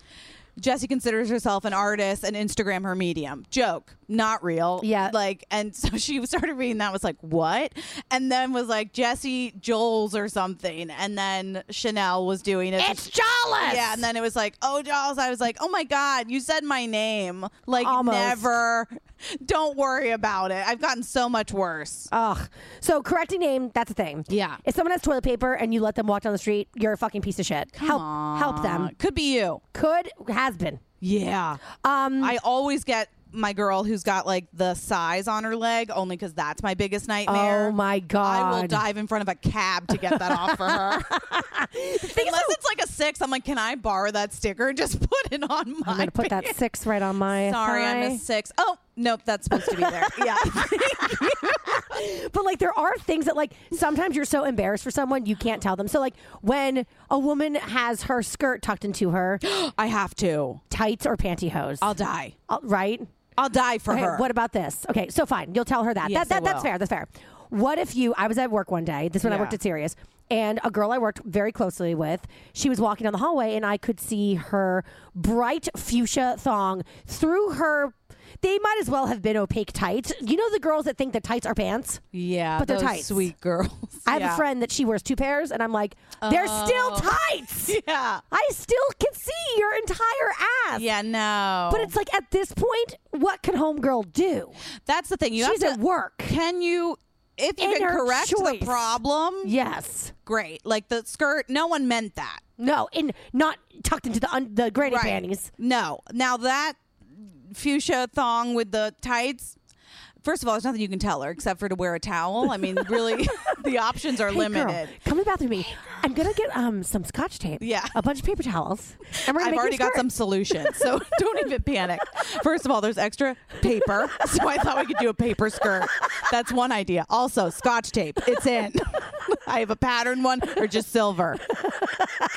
S3: Jesse considers herself an artist and Instagram her medium. Joke. not real.
S2: Yeah.
S3: Like, and so she started reading that, was like, what? And then was like, Jesse Joles or something. And then Chanel was doing it.
S2: It's Jollis.
S3: Yeah, and then it was like, oh, Jaws. I was like, oh my God, you said my name. Like,
S2: Almost.
S3: never. Don't worry about it. I've gotten so much worse.
S2: Ugh. So correcting name, that's a thing.
S3: Yeah.
S2: If someone has toilet paper and you let them walk down the street, you're a fucking piece of shit. help help
S3: Uh,
S2: them.
S3: could be you.
S2: Could has been.
S3: Yeah.
S2: Um
S3: I always get my girl who's got like the size on her leg only because that's my biggest nightmare.
S2: Oh, my
S3: I will
S2: God.
S3: dive in front of a cab to get that off for her. Unless it's like a six, I'm like, can I borrow that sticker? Just put it on my.
S2: I'm gonna put that six right on my
S3: Sorry, I
S2: thigh.
S3: missed six. Oh nope, that's supposed to be there. yeah.
S2: But like there are things that like sometimes you're so embarrassed for someone you can't tell them. So like when a woman has her skirt tucked into her
S3: I have to.
S2: tights or pantyhose,
S3: I'll die.
S2: Uh, right?
S3: I'll die for
S2: Okay,
S3: her.
S2: what about this? Okay, so fine, you'll tell her that. that,
S3: Yes,
S2: that
S3: I
S2: that's
S3: will.
S2: fair. That's fair. What if you? I was at work one day. This is when I
S3: Yeah.
S2: worked at Sirius, and a girl I worked very closely with. She was walking down the hallway, and I could see her bright fuchsia thong through her. They might as well have been opaque tights. You know the girls that think that tights are pants.
S3: yeah,
S2: But they're
S3: those
S2: tights.
S3: Sweet girls.
S2: I have
S3: Yeah. Oh.
S2: a friend that she wears two pairs, and I'm like, they're still tights.
S3: Yeah.
S2: I still can see your entire ass.
S3: Yeah, no.
S2: But it's like at this point, what can homegirl do?
S3: that's the thing. You
S2: She's
S3: have
S2: at
S3: to
S2: work.
S3: Can you if you
S2: And
S3: can
S2: her
S3: correct
S2: choice.
S3: the problem?
S2: Yes.
S3: Great. Like the skirt, no one meant that.
S2: No, and not tucked into the un- the granny panties.
S3: No. Now that fuchsia thong with the tights. First of all, there's nothing you can tell her except for to wear a towel. I mean, really, the options are
S2: Hey,
S3: limited.
S2: girl, come to the bathroom with me. I'm gonna get um some scotch tape.
S3: Yeah.
S2: A bunch of paper towels. And we're gonna
S3: I've
S2: make you a
S3: already got
S2: skirt.
S3: some solutions, so don't even panic. First of all, there's extra paper, so I thought we could do a paper skirt. That's one idea. Also, scotch tape. It's in. I have a pattern one or just silver.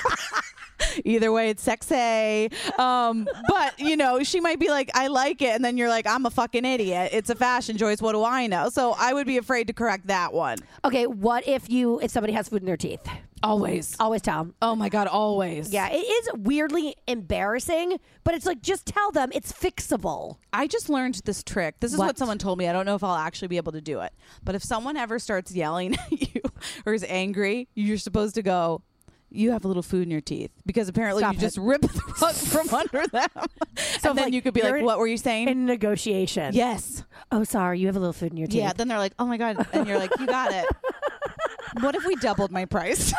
S3: Either way, it's sexy. Um, but you know, she might be like, "I like it," and then you're like, "I'm a fucking idiot. It's a fashion choice. What do I know?" So I would be afraid to correct that one.
S2: Okay, what if you if somebody has food in their teeth?
S3: Always.
S2: Always tell 'em.
S3: Oh my god, always.
S2: Yeah, it is weirdly embarrassing, but it's like just tell them it's fixable.
S3: I just learned this trick. This is what?
S2: What?
S3: someone told me. I don't know if I'll actually be able to do it. But if someone ever starts yelling at you or is angry, you're supposed to go, you have a little food in your teeth because apparently
S2: Stop
S3: you
S2: it.
S3: just rip the rug from under them. and then
S2: like,
S3: you could be
S2: you're
S3: like,
S2: in-
S3: what were you saying?
S2: In negotiation.
S3: yes.
S2: Oh, sorry, you have a little food in your teeth.
S3: Yeah. Then they're like, oh my God. And you're like, you got it. what if we doubled my price?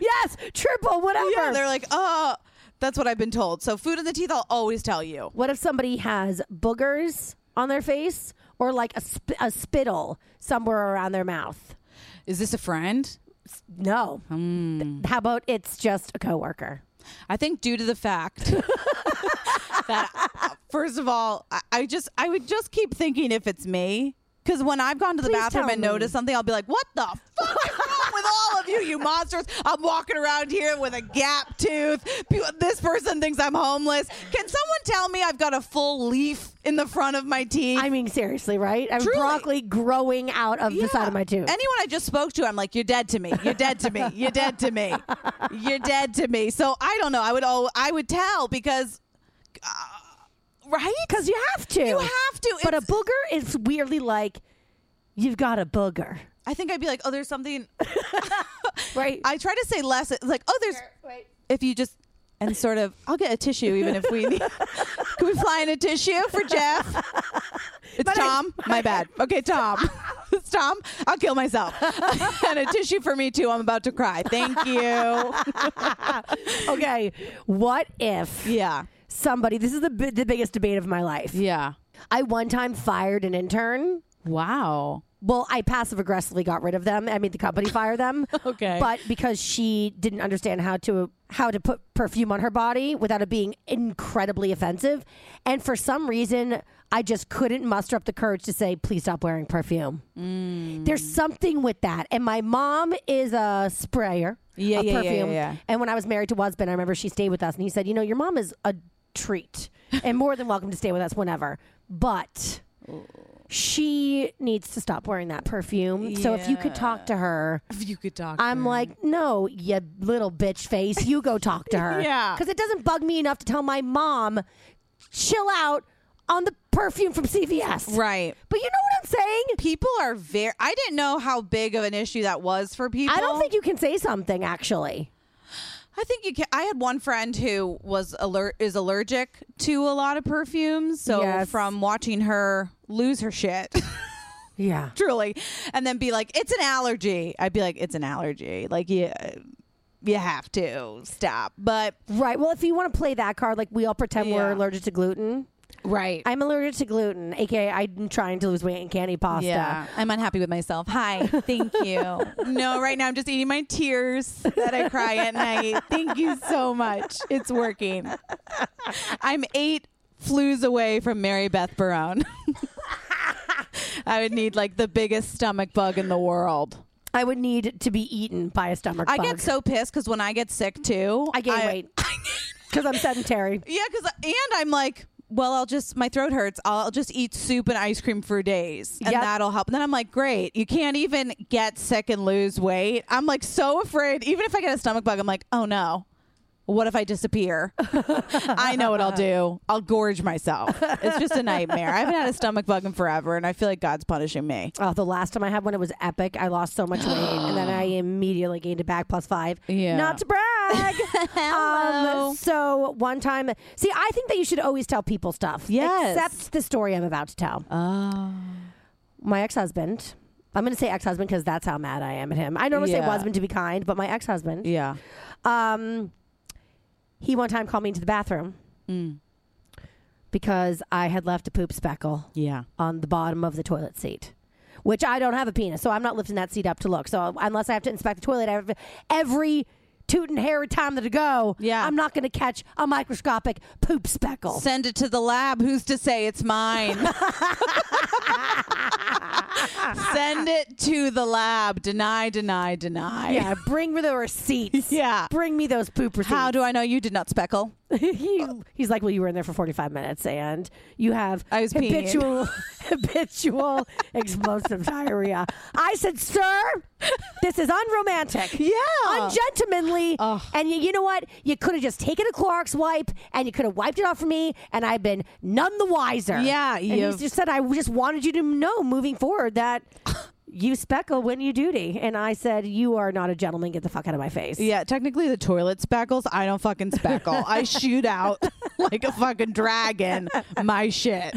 S2: yes, triple, whatever.
S3: yeah. They're like, oh, that's what I've been told. So food in the teeth, I'll always tell you.
S2: What if somebody has boogers on their face or like a, sp- a spittle somewhere around their mouth?
S3: Is this a friend?
S2: No. Th- How about it's just a coworker?
S3: I think due to the fact that uh, first of all, I, I just I would just keep thinking if it's me. Because when I've gone to the
S2: Please
S3: bathroom
S2: tell
S3: and
S2: me.
S3: noticed something, I'll be like, "What the fuck is wrong with all of you, you monsters? I'm walking around here with a gap tooth. Pe- This person thinks I'm homeless. Can someone tell me I've got a full leaf in the front of my teeth?
S2: I mean, seriously, right? I'm
S3: Truly.
S2: broccoli growing out of the side of my tooth.
S3: Anyone I just spoke to, I'm like, you're dead to me. You're dead to me. You're dead to me. You're dead to me. So I don't know. I would all I would tell because, uh, right?
S2: Because you have to.
S3: You have to.
S2: But a
S3: It's-
S2: booger is weirdly like, you've got a booger,
S3: I think I'd be like, oh, there's something.
S2: right?
S3: I try to say less. It's like, oh, there's. If you just and sort of, I'll get a tissue even if we need. Can we fly in a tissue for Jeff? It's Tom. my bad. Okay, Tom. It's Tom. I'll kill myself. and a tissue for me too. I'm about to cry. Thank you.
S2: okay. What if
S3: Yeah.
S2: somebody, this is the, bi- the biggest debate of my life.
S3: Yeah.
S2: I one time fired an intern.
S3: Wow.
S2: Well, I passive aggressively got rid of them. I made the company fire them.
S3: Okay.
S2: But because she didn't understand how to how to put perfume on her body without it being incredibly offensive, and for some reason, I just couldn't muster up the courage to say, "Please stop wearing perfume."
S3: Mm.
S2: There's something with that. And my mom is a sprayer
S3: Yeah,
S2: of
S3: yeah, yeah,
S2: perfume.
S3: yeah, yeah.
S2: And when I was married to husband, I remember she stayed with us, and he said, "You know, your mom is a treat, and more than welcome to stay with us whenever, but." She needs to stop wearing that perfume. So if you could talk to her,
S3: If you could talk.
S2: I'm like, no, you little bitch face, you go talk to her.
S3: Yeah.
S2: Because it doesn't bug me enough to tell my mom, chill out, on the perfume from CVS.
S3: Right.
S2: But you know what I'm saying?
S3: People are very. I didn't know how big of an issue that was for people.
S2: I don't think you can say something actually.
S3: I think you can. I had one friend who was alert is allergic to a lot of perfumes. So
S2: Yes.
S3: from watching her lose her shit,
S2: Yeah.
S3: truly, and then be like, "It's an allergy." I'd be like, "It's an allergy." Like you, you have to stop. But
S2: Right. Well, if you want to play that card, like we all pretend we're
S3: Yeah.
S2: allergic to gluten.
S3: right,
S2: I'm allergic to gluten, aka I'm trying to lose weight and can't eat pasta.
S3: yeah, I'm unhappy with myself. Hi, thank you. no, right now I'm just eating my tears that I cry at night. Thank you so much. It's working. I'm eight flus away from Mary Beth Barone. I would need like the biggest stomach bug in the world.
S2: I would need to be eaten by a stomach
S3: I
S2: bug.
S3: get so pissed because when I get sick too,
S2: I gain weight because I'm sedentary.
S3: Yeah, because and I'm like, well, I'll just my throat hurts. I'll just eat soup and ice cream for days, and
S2: Yep.
S3: that'll help. And then I'm like, great. You can't even get sick and lose weight. I'm like so afraid. Even if I get a stomach bug, I'm like, oh no. What if I disappear? I know what I'll do. I'll gorge myself. It's just a nightmare. I haven't had a stomach bug in forever, and I feel like God's punishing me.
S2: Oh, the last time I had one, it was epic. I lost so much weight, and then I immediately gained it back plus five.
S3: Yeah.
S2: Not to brag. um, so one time, see, I think that you should always tell people stuff.
S3: Yes.
S2: Except the story I'm about to tell.
S3: Oh,
S2: my ex-husband. I'm going to say ex-husband because that's how mad I am at him. I normally say
S3: Yeah.
S2: husband to be kind, but my ex-husband.
S3: yeah.
S2: Um, he one time called me into the bathroom
S3: Mm.
S2: because I had left a poop speckle
S3: Yeah.
S2: on the bottom of the toilet seat, which I don't have a penis, so I'm not lifting that seat up to look. So unless I have to inspect the toilet every, every toot and hair time that I go,
S3: Yeah.
S2: I'm not going to catch a microscopic poop speckle.
S3: Send it to the lab. Who's to say it's mine? Send it to the lab. Deny, deny, deny.
S2: yeah, bring me the receipts.
S3: Yeah.
S2: Bring me those poop receipts.
S3: How do I know you did not speckle?
S2: he, he's like, well, you were in there for 45 minutes and you have
S3: I was peeing.
S2: habitual, habitual explosive diarrhea. I said, sir, this is unromantic.
S3: Yeah.
S2: Ungentlemanly. And you, you know what? You could have just taken a Clorox wipe and you could have wiped it off for me and I've been none the wiser.
S3: Yeah,
S2: And
S3: you've-
S2: he just said, I just wanted you to know moving forward that you speckle when you duty. And I said, you are not a gentleman. Get the fuck out of my face.
S3: Yeah, technically the toilet speckles. I don't fucking speckle. I shoot out like a fucking dragon my shit.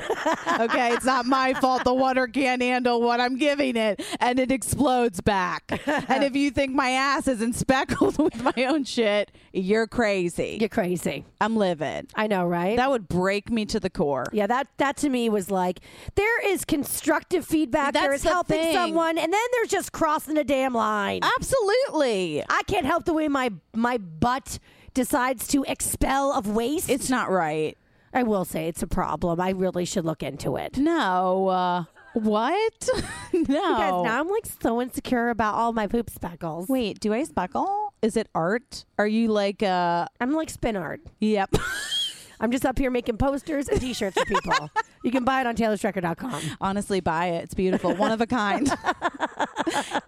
S3: Okay, it's not my fault the water can't handle what I'm giving it and it explodes back. And if you think my ass isn't speckled with my own shit, you're crazy.
S2: You're crazy.
S3: I'm livid.
S2: I know, right?
S3: That would break me to the core.
S2: Yeah, that that to me was like there is constructive feedback. there
S3: That's
S2: is
S3: the
S2: helping
S3: thing. Ah.
S2: someone, and then there's just crossing a damn line.
S3: Absolutely.
S2: I can't help the way my my butt decides to expel of waste.
S3: It's not right.
S2: I will say it's a problem. I really should look into it.
S3: No. Uh, what? no.
S2: Because now I'm like so insecure about all my poop speckles.
S3: Wait, do I speckle? Is it art? Are you like, uh,
S2: I'm like spin art.
S3: yep.
S2: I'm just up here making posters and t-shirts for people. you can buy it on taylorstrecker.com.
S3: Honestly, buy it. It's beautiful. One of a kind.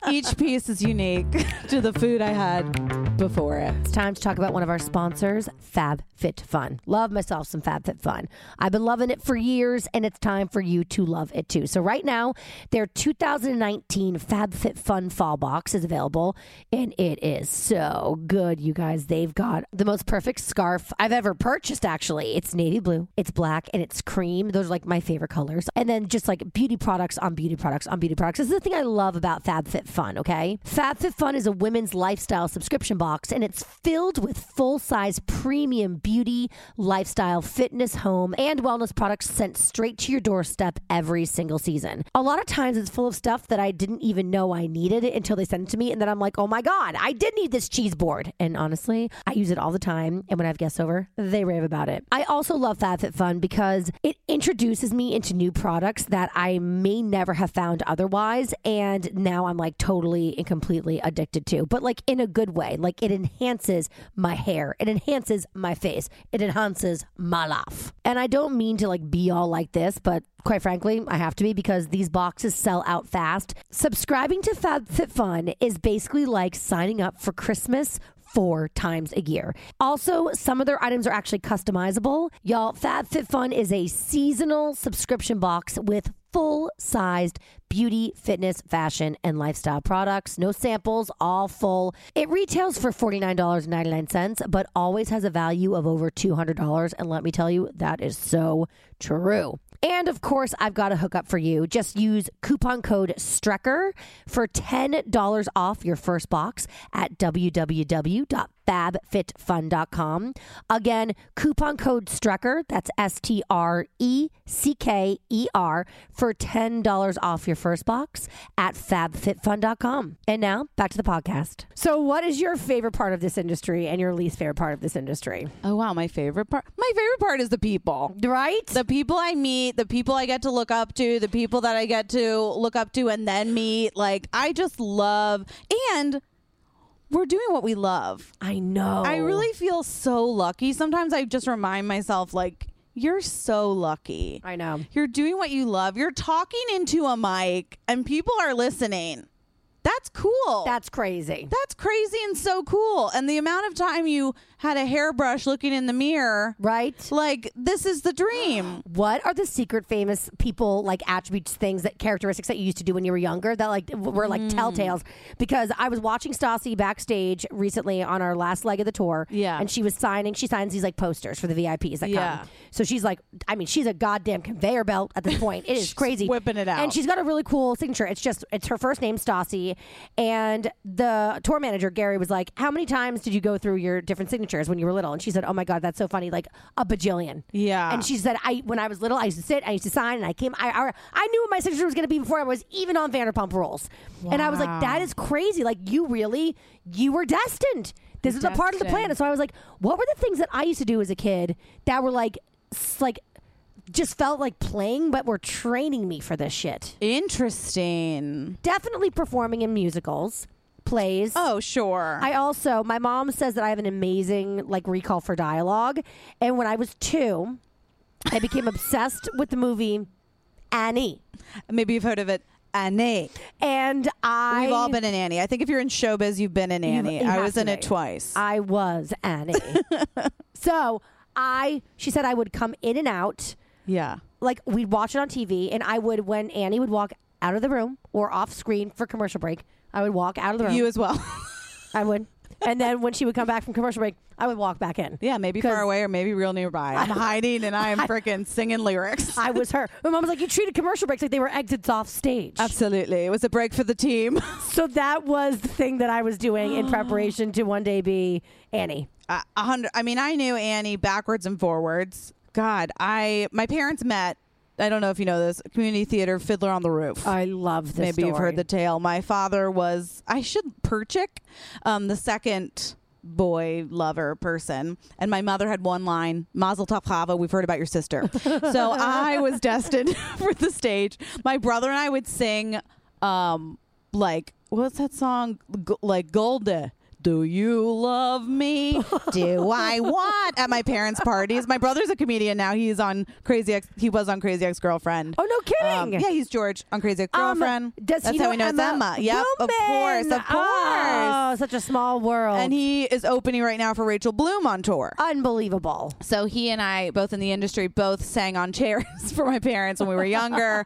S3: Each piece is unique to the food I had before it.
S2: It's time to talk about one of our sponsors, FabFitFun. Love myself some FabFitFun. I've been loving it for years, and it's time for you to love it too. So right now, their 2019 FabFitFun Fall Box is available, and it is so good, you guys. They've got the most perfect scarf I've ever purchased. Actually, it's navy blue, it's black, and it's cream. Those are like my favorite colors. And then just like beauty products on beauty products on beauty products. This is the thing I love about FabFitFun. Okay, FabFitFun is a women's lifestyle subscription box, and it's filled with full size premium beauty, lifestyle, fitness, home, and wellness products sent straight to your doorstep every single season. A lot of times it's full of stuff that I didn't even know I needed it until they sent it to me, and then I'm like, oh my God, I did need this cheese board. And honestly, I use it all the time, and when I have guests over, they rave about it. I also love FabFitFun because it introduces me into new products that I may never have found otherwise, and now I'm like totally and completely addicted to, but like in a good way. Like it enhances my hair, it enhances my face, it enhances my life. And I don't mean to like be all like this, but quite frankly, I have to be because these boxes sell out fast. Subscribing to FabFitFun is basically like signing up for Christmas four times a year. Also, some of their items are actually customizable. Y'all, FabFitFun is a seasonal subscription box with full sized beauty, fitness, fashion, and lifestyle products. No samples, all full. It retails for $49.99, but always has a value of over $200. And let me tell you, that is so true. And of course, I've got a hookup for you. Just use coupon code STRECKER for $10 off your first box at www.fabfitfun.com. Again, coupon code STRECKER, that's S T R E C K E R, for $10 off your first box at fabfitfun.com. And now back to the podcast. So, what is your favorite part of this industry and your least favorite part of this industry?
S3: Oh wow, my favorite part. My favorite part is the people.
S2: Right?
S3: The people I meet, the people I get to look up to, the people that I get to look up to and then meet. Like I just love and we're doing what we love.
S2: I know.
S3: I really feel so lucky. Sometimes I just remind myself like you're so lucky.
S2: I know.
S3: You're doing what you love. You're talking into a mic and people are listening. That's cool.
S2: That's crazy.
S3: That's crazy and so cool. And the amount of time you had a hairbrush looking in the mirror,
S2: Right?
S3: like this is the dream.
S2: What are the secret famous people like attributes, things that characteristics that you used to do when you were younger that like w- were
S3: Hmm.
S2: like telltales? Because I was watching Stassi backstage recently on our last leg of the tour.
S3: Yeah.
S2: And she was signing, she signs these like posters for the VIPs that
S3: Yeah.
S2: come. So she's like, I mean, she's a goddamn conveyor belt at this point. It is crazy.
S3: whipping it out.
S2: And she's got a really cool signature. It's just, it's her first name, Stassi. And the tour manager, Gary, was like, How many times did you go through your different signatures when you were little? And she said, Oh my God, that's so funny. Like a bajillion.
S3: Yeah.
S2: And she said, I when I was little, I used to sit, I used to sign, and I came. I I, I knew what my signature was going to be before I was even on Vanderpump Rules. And I was like, that is crazy. Like you really, you were destined. This is a part of the plan. And so I was like, what were the things that I used to do as a kid that were like, s- like, just felt like playing, but were training me for this shit.
S3: Interesting.
S2: Definitely performing in musicals, plays.
S3: Oh, sure.
S2: I also, my mom says that I have an amazing like recall for dialogue. And when I was two, I became obsessed with the movie Annie.
S3: Maybe you've heard of it. Annie.
S2: And I.
S3: We've all been an Annie. I think if you're in showbiz, you've been an
S2: You've-
S3: Annie.
S2: you
S3: I
S2: have
S3: was
S2: to
S3: in it
S2: be.
S3: twice.
S2: I was Annie. so I, she said I would come in and out.
S3: yeah.
S2: Like we'd watch it on TV, and I would, when Annie would walk out of the room or off screen for commercial break, I would walk out of the room.
S3: You as well.
S2: I would. And then when she would come back from commercial break, I would walk back in.
S3: yeah, maybe far
S2: 'Cause-
S3: away or maybe real nearby. I'm hiding and I'm freaking singing lyrics.
S2: I was her. My mom was like, "You treated commercial breaks like they were exits off stage."
S3: Absolutely. It was a break for the team.
S2: So that was the thing that I was doing in preparation to one day be Annie.
S3: a a hundred. I mean, I knew Annie backwards and forwards. God, I my parents met. I don't know if you know this community theater Fiddler on the Roof.
S2: I love this.
S3: Maybe you've heard the tale. My father was I should Perchik, um, the second boy lover person, and my mother had one line: "Mazel tov, Chava. We've heard about your sister." so I was destined for the stage. My brother and I would sing, um, like what's that song? G- like Golda. Do you love me? Do I want at my parents' parties? My brother's a comedian now. He's on Crazy Ex. He was on Crazy Ex Girlfriend.
S2: Oh no,
S3: Um,
S2: kidding!
S3: yeah, he's George on Crazy
S2: Um,
S3: Girlfriend.
S2: does
S3: That's
S2: he
S3: how
S2: know
S3: he knows Emma. Yep, of course,
S2: Goldman?
S3: of course.
S2: Oh, such a small world.
S3: and he is opening right now for Rachel Bloom on tour.
S2: unbelievable.
S3: So he and I, both in the industry, both sang on chairs for my parents when we were younger,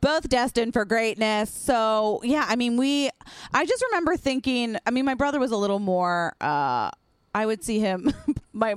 S3: both destined for greatness. So yeah, I mean, we, I just remember thinking, I mean, my brother was a little more, uh, I would see him, my,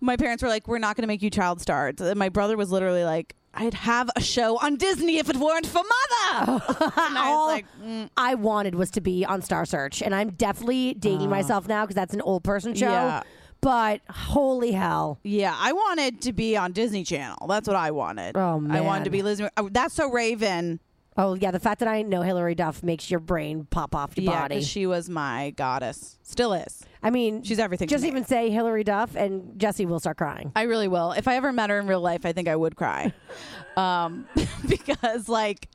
S3: my parents were like, we're not going to make you child stars. And my brother was literally like, I'd have a show on Disney if it weren't for mother. and I
S2: All
S3: was like, "Mm."
S2: I wanted was to be on Star Search, and I'm definitely dating myself now because that's an old person show.
S3: Uh. Yeah.
S2: But holy hell,
S3: Yeah, I wanted to be on Disney Channel. That's what I wanted.
S2: Oh,
S3: I wanted
S2: man.
S3: to be Liz. oh, That's so Raven.
S2: oh yeah, the fact that I know Hillary Duff makes your brain pop off your
S3: Yeah, 'cause
S2: body.
S3: she was my goddess. Still is.
S2: I mean,
S3: She's everything to
S2: Just
S3: me.
S2: even say Hillary Duff, and Jesse will start crying.
S3: I really will. If I ever met her in real life, I think I would cry, um, because like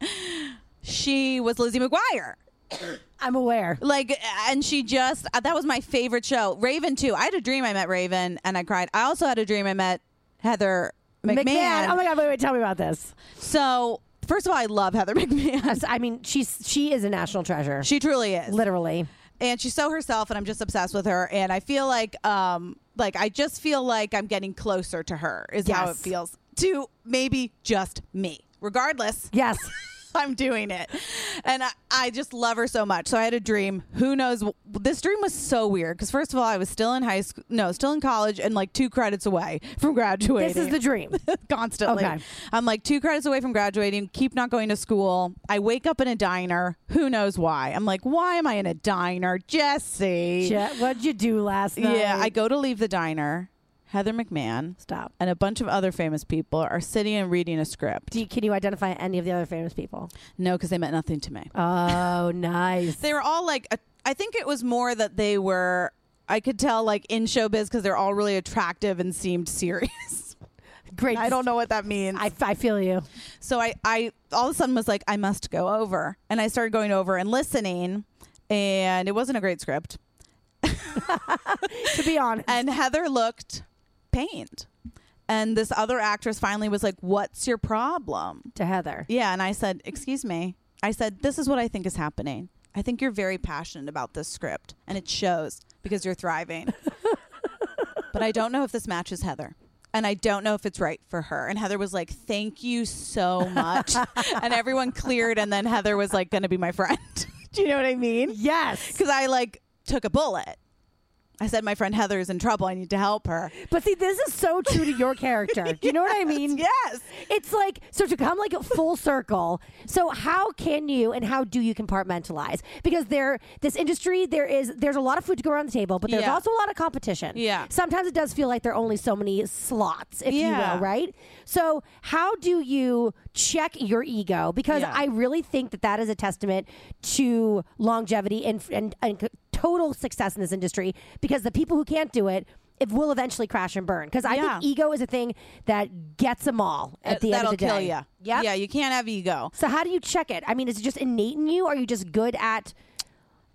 S3: she was Lizzie McGuire.
S2: I'm aware.
S3: Like, and she just, uh, that was my favorite show. Raven, too. I had a dream I met Raven and I cried. I also had a dream I met Heather McMahon.
S2: Oh my God! Wait, wait. Tell me about this.
S3: So, first of all, I love Heather McMahon.
S2: I mean, she's she is a national treasure.
S3: She truly is.
S2: literally.
S3: and she's so herself and i'm just obsessed with her and i feel like um like i just feel like i'm getting closer to her is how it
S2: Yes.
S3: feels to maybe just me regardless
S2: Yes.
S3: i'm doing it and I, I just love her so much so i had a dream who knows this dream was so weird because first of all i was still in high school no still in college and like two credits away from graduating
S2: This is the dream.
S3: constantly.
S2: Okay.
S3: I'm like two credits away from graduating, keep not going to school. I wake up in a diner. Who knows why? I'm like, why am I in a diner? Jesse.
S2: Jet, what'd you do last night?
S3: yeah, I go to leave the diner. Heather McMahon
S2: Stop.
S3: and a bunch of other famous people are sitting and reading a script.
S2: Do you, can you identify any of the other famous people?
S3: No, because they meant nothing to me.
S2: Oh, nice.
S3: They were all like, a- I think it was more that they were, I could tell like in showbiz because they're all really attractive and seemed serious.
S2: Great.
S3: I don't know what that means.
S2: I, I feel you.
S3: So I, I all of a sudden was like, I must go over. And I started going over and listening, and it wasn't a great script.
S2: To be honest.
S3: And Heather looked pained. And this other actress finally was like, What's your problem?
S2: to Heather.
S3: Yeah. And I said, Excuse me. I said, This is what I think is happening. I think you're very passionate about this script, and it shows because you're thriving. but I don't know if this matches Heather. And I don't know if it's right for her. And Heather was like, Thank you so much. and everyone cleared. And then Heather was like, Gonna be my friend. Do you know what I mean?
S2: Yes.
S3: Because I like took a bullet. I said, My friend Heather is in trouble. I need to help her.
S2: But see, this is so true to your character. Do you know what I mean?
S3: Yes.
S2: It's like so to come like full circle. So how can you and how do you compartmentalize? Because there, this industry, there is there's a lot of food to go around the table, but there's
S3: Yeah.
S2: also a lot of competition.
S3: Yeah.
S2: Sometimes it does feel like there are only so many slots, if you
S3: Yeah.
S2: will, right? So how do you check your ego? Because
S3: Yeah.
S2: I really think that that is a testament to longevity and and, and c- total success in this industry. Because the people who can't do it. It will eventually crash and burn because I
S3: Yeah.
S2: think ego is a thing that gets them all at the end
S3: That'll
S2: of the
S3: kill
S2: day.
S3: you.
S2: Yeah.
S3: Yeah. You can't have ego.
S2: So how do you check it? I mean, is it just innate in you? Are you just good at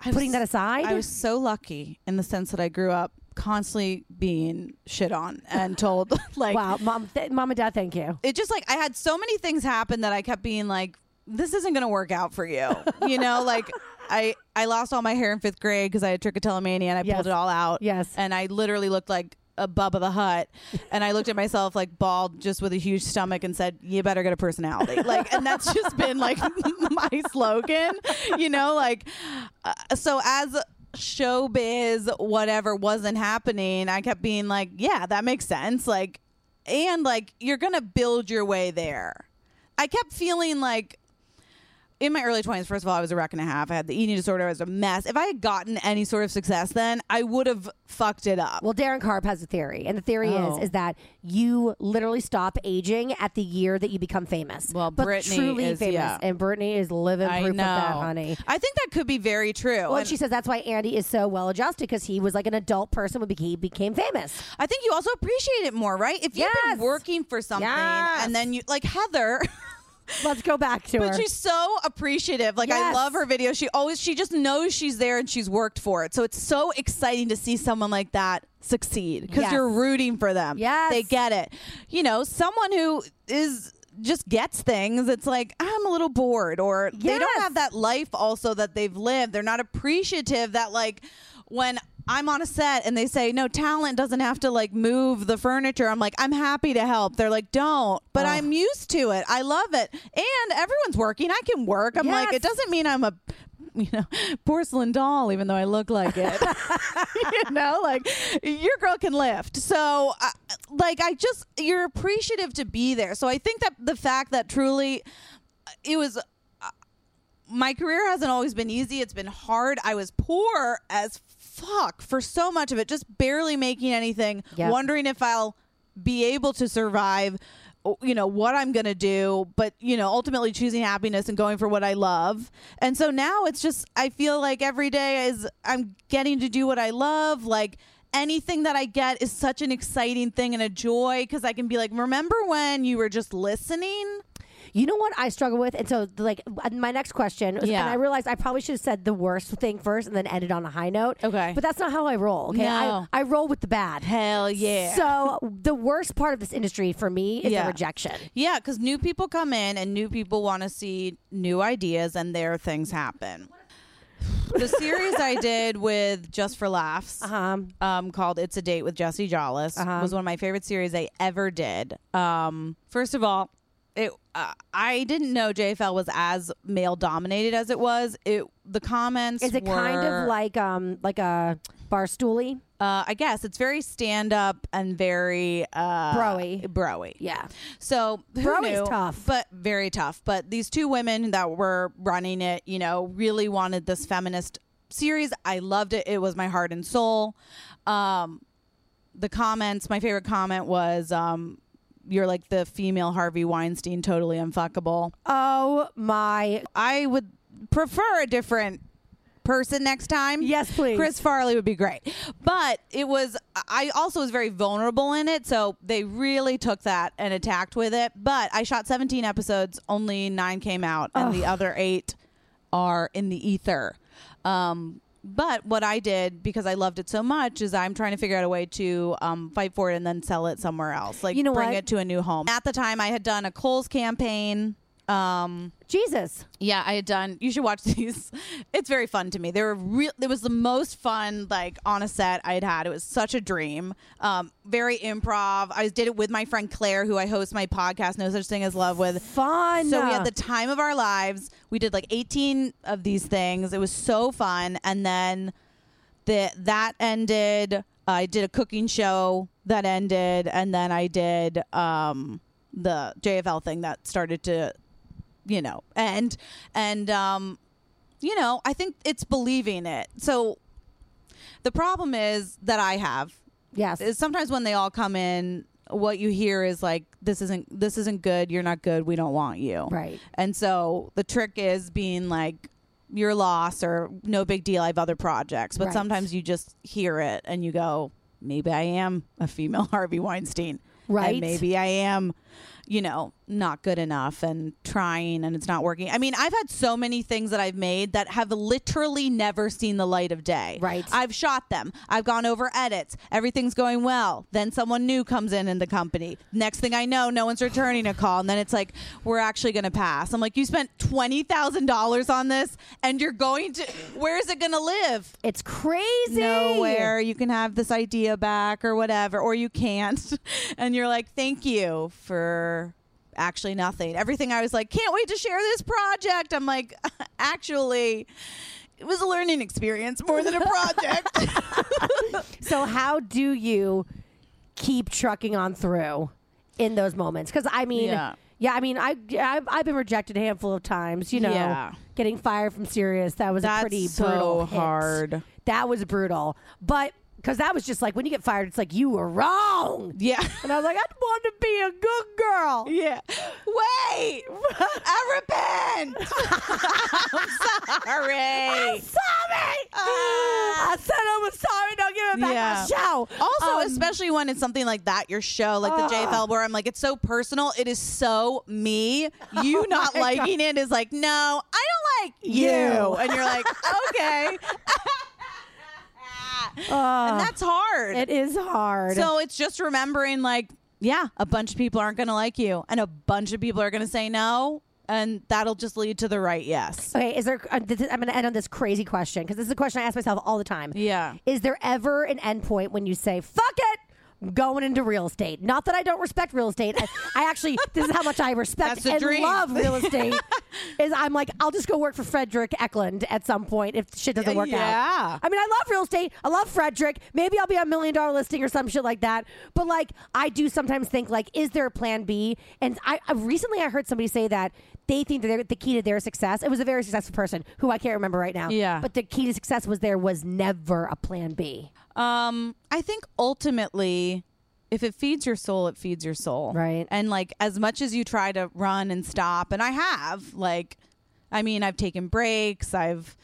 S3: I
S2: Putting that aside?
S3: I was so lucky in the sense that I grew up constantly being shit on and told, like,
S2: wow, mom, th- mom and dad? Thank you.
S3: it just like I had so many things happen that I kept being like, this isn't gonna work out for you. You know, like I I lost all my hair in fifth grade because I had trichotillomania and I
S2: Yes.
S3: pulled it all out.
S2: Yes.
S3: and I literally looked like a Bubba the Hut, and I looked at myself like bald, just with a huge stomach, and said, "You better get a personality." Like, and that's just been like my slogan. You know, like uh, so as showbiz whatever wasn't happening i kept being like yeah that makes sense like and like you're gonna build your way there. I kept feeling like in my early 20s, first of all, I was a wreck and a half. I had the eating disorder. I was a mess. If I had gotten any sort of success then, I would have fucked it up.
S2: Well, Darren Karp has a theory, and the theory
S3: Oh.
S2: is is that you literally stop aging at the year that you become famous.
S3: Well,
S2: but
S3: Britney
S2: truly
S3: is-
S2: famous,
S3: yeah.
S2: and Brittany is living proof
S3: I
S2: of
S3: know.
S2: that, honey.
S3: I think that could be very true.
S2: Well, and
S3: And
S2: she says that's why Andy is so well adjusted because he was like an adult person when he became famous.
S3: I think you also appreciate it more, right? If you've
S2: Yes.
S3: been working for something
S2: Yes.
S3: and then you, like Heather.
S2: Let's go back to her.
S3: But she's so appreciative. Like I
S2: Yes.
S3: love her video. She always she just knows she's there and she's worked for it. So it's so exciting to see someone like that succeed because
S2: Yes.
S3: you're rooting for them.
S2: Yes.
S3: they get it. You know, someone who is just gets things. It's like I'm a little bored, or they
S2: Yes.
S3: don't have that life also that they've lived. They're not appreciative that like when. I'm on a set and they say no talent doesn't have to like move the furniture. I'm like I'm happy to help. They're like don't, but I'm used to it. I love it. And everyone's working. I can work. I'm like
S2: Yes.
S3: it doesn't mean I'm a you know porcelain doll even though I look like it. you know, like your girl can lift. So I like I just you're appreciative to be there. So I think that the fact that truly uh, it was my career hasn't always been easy. It's been hard. I was poor as fuck for so much of it, just barely making anything,
S2: Yep.
S3: wondering if I'll be able to survive, o- you know, what I'm going to do, but, you know, ultimately choosing happiness and going for what I love. And so now it's just, I feel like every day is, I'm getting to do what I love. Like, Anything that I get is such an exciting thing and a joy because I can be like, remember when you were just listening?
S2: You know what I struggle with? And so, like, uh, my next question, was-
S3: Yeah.
S2: and I realized I probably should have said the worst thing first and then ended on a high note.
S3: Okay.
S2: But that's not how I roll, okay?
S3: No.
S2: I, I roll with the bad.
S3: Hell yeah.
S2: So, the worst part of this industry for me is
S3: Yeah.
S2: the rejection.
S3: Yeah, because new people come in and new people want to see new ideas and their things happen. the series I did with Just for Laughs
S2: Um,
S3: um, called "It's a Date with Jesse Jollis"
S2: Uh-huh.
S3: was one of my favorite series I ever did. Um, first of all, it uh, I didn't know JFL was as male dominated as it was. It the comments
S2: is it kind
S3: were-
S2: of like um like a barstooly?
S3: uh, I guess it's very stand up and very uh,
S2: Broy.
S3: broy.
S2: Yeah.
S3: So who
S2: Broy's
S3: knew?
S2: tough.
S3: but very tough. But these two women that were running it, you know, really wanted this feminist series. I loved it. It was my heart and soul. Um, the comments. My favorite comment was, um, "You're like the female Harvey Weinstein, totally unfuckable."
S2: Oh my.
S3: I would prefer a different person next time.
S2: Yes, please.
S3: Chris Farley would be great. But it was, I also was very vulnerable in it. So they really took that and attacked with it. But I shot 17 episodes, only nine came out, and the other eight are in the ether. Um, but what I did because I loved it so much is I'm trying to figure out a way to um, fight for it and then sell it somewhere else, like
S2: You know
S3: bring
S2: what?
S3: it to a new home. At the time, I had done a Kohl's campaign. Um,
S2: Jesus.
S3: yeah, I had done. You should watch these. It's very fun to me. They were real. It was the most fun, like on a set I had had. It was such a dream. Um, very improv. I did it with my friend Claire, who I host my podcast No Such Thing as Love with.
S2: Fun.
S3: So we had the time of our lives. We did like 18 of these things. It was so fun. And then the that ended. I did a cooking show that ended, and then I did um, the JFL thing that started to, you know, end. And um, you know, I think it's believing it. So the problem is that I have
S2: yes.
S3: is sometimes when they all come in what you hear is like this isn't this isn't good you're not good we don't want you
S2: Right.
S3: and so the trick is being like you're lost or no big deal i have other projects but
S2: Right.
S3: sometimes you just hear it and you go maybe i am a female harvey weinstein And
S2: Right.
S3: maybe i am you know not good enough and trying and it's not working i mean i've had so many things that i've made that have literally never seen the light of day
S2: Right.
S3: I've shot them. I've gone over edits. Everything's going well. Then someone new comes in in the company. Next thing I know, no one's returning a call. And then it's like, we're actually going to pass. I'm like, you spent $20,000 on this and you're going to, where is it going to live?
S2: It's crazy.
S3: Nowhere. You can have this idea back or whatever, or you can't. And you're like, thank you for actually nothing. Everything I was like, can't wait to share this project. I'm like, actually. It was a learning experience more than a project.
S2: So how do you keep trucking on through in those moments? Because I mean, yeah.
S3: Yeah.
S2: I mean, I I've, I've been rejected a handful of times. You know,
S3: Yeah.
S2: getting fired from Sirius that was a
S3: That's
S2: pretty
S3: so
S2: brutal hit.
S3: hard.
S2: That was brutal, but because that was just like when you get fired, it's like you were wrong.
S3: Yeah.
S2: And I was like, I want to be a good girl.
S3: Yeah. Wait. I repent. I'm sorry.
S2: Sorry, I said I was sorry. Don't give it back
S3: Uh. Yeah.
S2: my show.
S3: Also,
S2: Um,
S3: especially when it's something like that, your show, like the JFL, where I'm like, it's so personal. It is so me.
S2: Oh
S3: You not liking it is like, no, I don't like you.
S2: You.
S3: And you're like, okay. and that's hard.
S2: it is hard.
S3: So it's just remembering, like, yeah, a bunch of people aren't going to like you, and a bunch of people are going to say no, and that'll just lead to the right yes.
S2: Okay, is there? Uh, this is- I'm going to end on this crazy question because this is a question I ask myself all the time.
S3: Yeah.
S2: Is there ever an end point when you say "fuck it"? I'm going into real estate. Not that I don't respect real estate. I, I actually, this is how much I respect
S3: That's the
S2: and
S3: dream.
S2: love real estate. is I'm like, I'll just go work for Frederick Eklund at some point if shit doesn't work
S3: Yeah.
S2: out. I mean, I love real estate. I love Frederick. Maybe I'll be on million dollar listing or some shit like that. But like, I do sometimes think like, is there a plan B? And I, I recently I heard somebody say that they think that they're- the key to their success. It was a very successful person who I can't remember right now.
S3: Yeah.
S2: But the key to success was there was never a plan B.
S3: Um, I think ultimately, if it feeds your soul, it feeds your soul.
S2: Right.
S3: And like, as much as you try to run and stop, and I have, like, I mean, I've taken breaks, I've,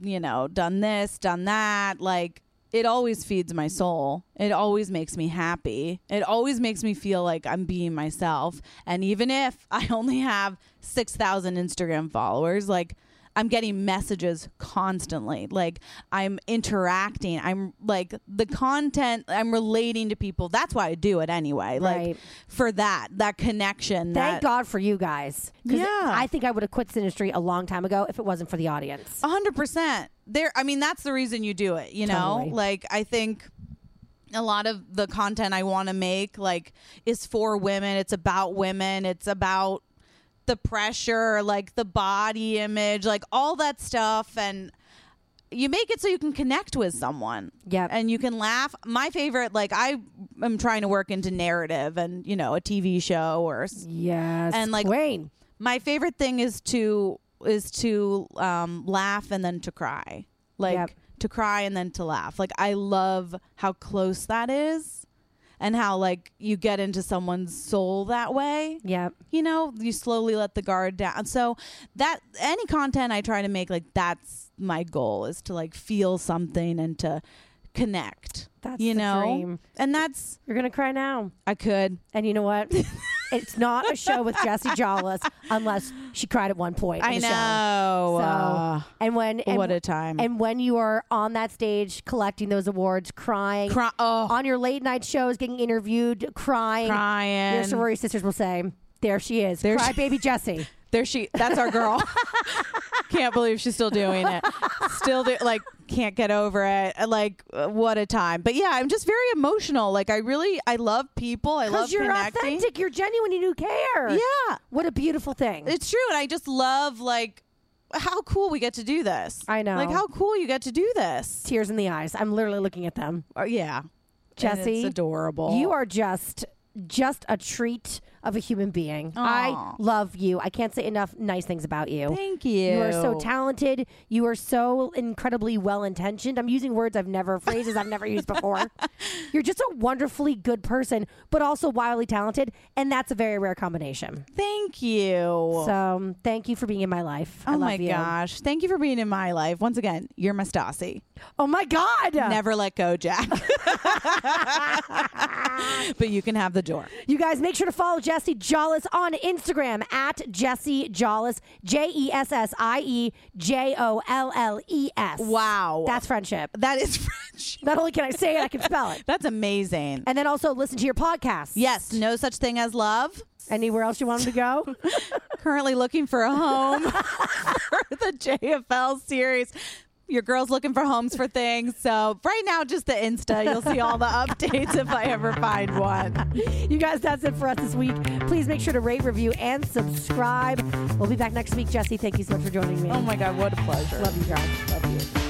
S3: you know, done this, done that. Like, it always feeds my soul. It always makes me happy. It always makes me feel like I'm being myself. And even if I only have 6,000 Instagram followers, like, I'm getting messages constantly. Like I'm interacting. I'm like the content. I'm relating to people. That's why I do it anyway.
S2: Right.
S3: Like for that that connection.
S2: Thank
S3: that,
S2: God for you guys. 'Cause
S3: Yeah.
S2: I think I would have quit this industry a long time ago if it wasn't for the audience.
S3: A hundred percent. There, I mean, that's the reason you do it. You know,
S2: Totally.
S3: like I think a lot of the content I want to make, like, is for women. It's about women. It's about the pressure, like the body image, like all that stuff, and you make it so you can connect with someone.
S2: Yep.
S3: And you can laugh. My favorite, like, I am trying to work into narrative and you know a TV show or s-
S2: Yes.
S3: And, like-
S2: Wayne.
S3: my favorite thing is to is to um, laugh and then to cry like
S2: Yep.
S3: to cry and then to laugh like i love how close that is and how like you get into someone's soul that way
S2: Yep.
S3: you know you slowly let the guard down so that any content i try to make like that's my goal is to like feel something and to connect
S2: That's
S3: you
S2: the
S3: know
S2: dream.
S3: and that's
S2: You're gonna cry now.
S3: i could
S2: And you know what? it's not a show with Jessie Jollis unless she cried at one point. in
S3: i
S2: the show.
S3: know
S2: So,
S3: uh,
S2: and when and,
S3: what a time
S2: and when you are on that stage collecting those awards, crying
S3: Cry- oh
S2: on your late night shows, getting interviewed, crying.
S3: crying.
S2: Your sorority sisters will say, "There she is,
S3: There
S2: cry
S3: she-
S2: baby Jessie."
S3: There she. That's our girl. can't believe she's still doing it. Still do, like can't get over it. Like uh, what a time. But yeah, I'm just very emotional. Like I really I love people. I love
S2: Because you're
S3: connecting.
S2: authentic, you're genuine, you do care.
S3: Yeah.
S2: What a beautiful thing.
S3: It's true and I just love like how cool we get to do this.
S2: I know.
S3: Like how cool you get to do this.
S2: Tears in the eyes. I'm literally looking at them.
S3: Uh, yeah. And
S2: Jesse,
S3: it's adorable.
S2: You are just just a treat of a human being. I
S3: Aw.
S2: love you. I can't say enough nice things about you.
S3: Thank you.
S2: You are so talented. You are so incredibly well intentioned. I'm using words I've never, phrases I've never used before. You're just a wonderfully good person, but also wildly talented. And that's a very rare combination.
S3: Thank you.
S2: So um, thank you for being in my life. I
S3: oh
S2: love
S3: my
S2: you.
S3: gosh. Thank you for being in my life. Once again, you're my Stassi.
S2: Oh my God.
S3: Never let go, Jack. but you can have the door.
S2: You guys make sure to follow Jesse Jollis on Instagram at Jesse Jollis, J E S S I E J O L L E S.
S3: Wow.
S2: That's friendship.
S3: That is French.
S2: Not only can I say it, I can spell it.
S3: That's amazing.
S2: And then also listen to your podcast.
S3: Yes, no such thing as love.
S2: Anywhere else you want them to go?
S3: Currently looking for a home for the JFL series. Your girl's looking for homes for things. So, right now, just the Insta. You'll see all the updates if I ever find one.
S2: you guys, that's it for us this week. Please make sure to rate, review, and subscribe. We'll be back next week. Jesse, thank you so much for joining me.
S3: Oh my Oh God, what a pleasure.
S2: Love you, girl. Love you.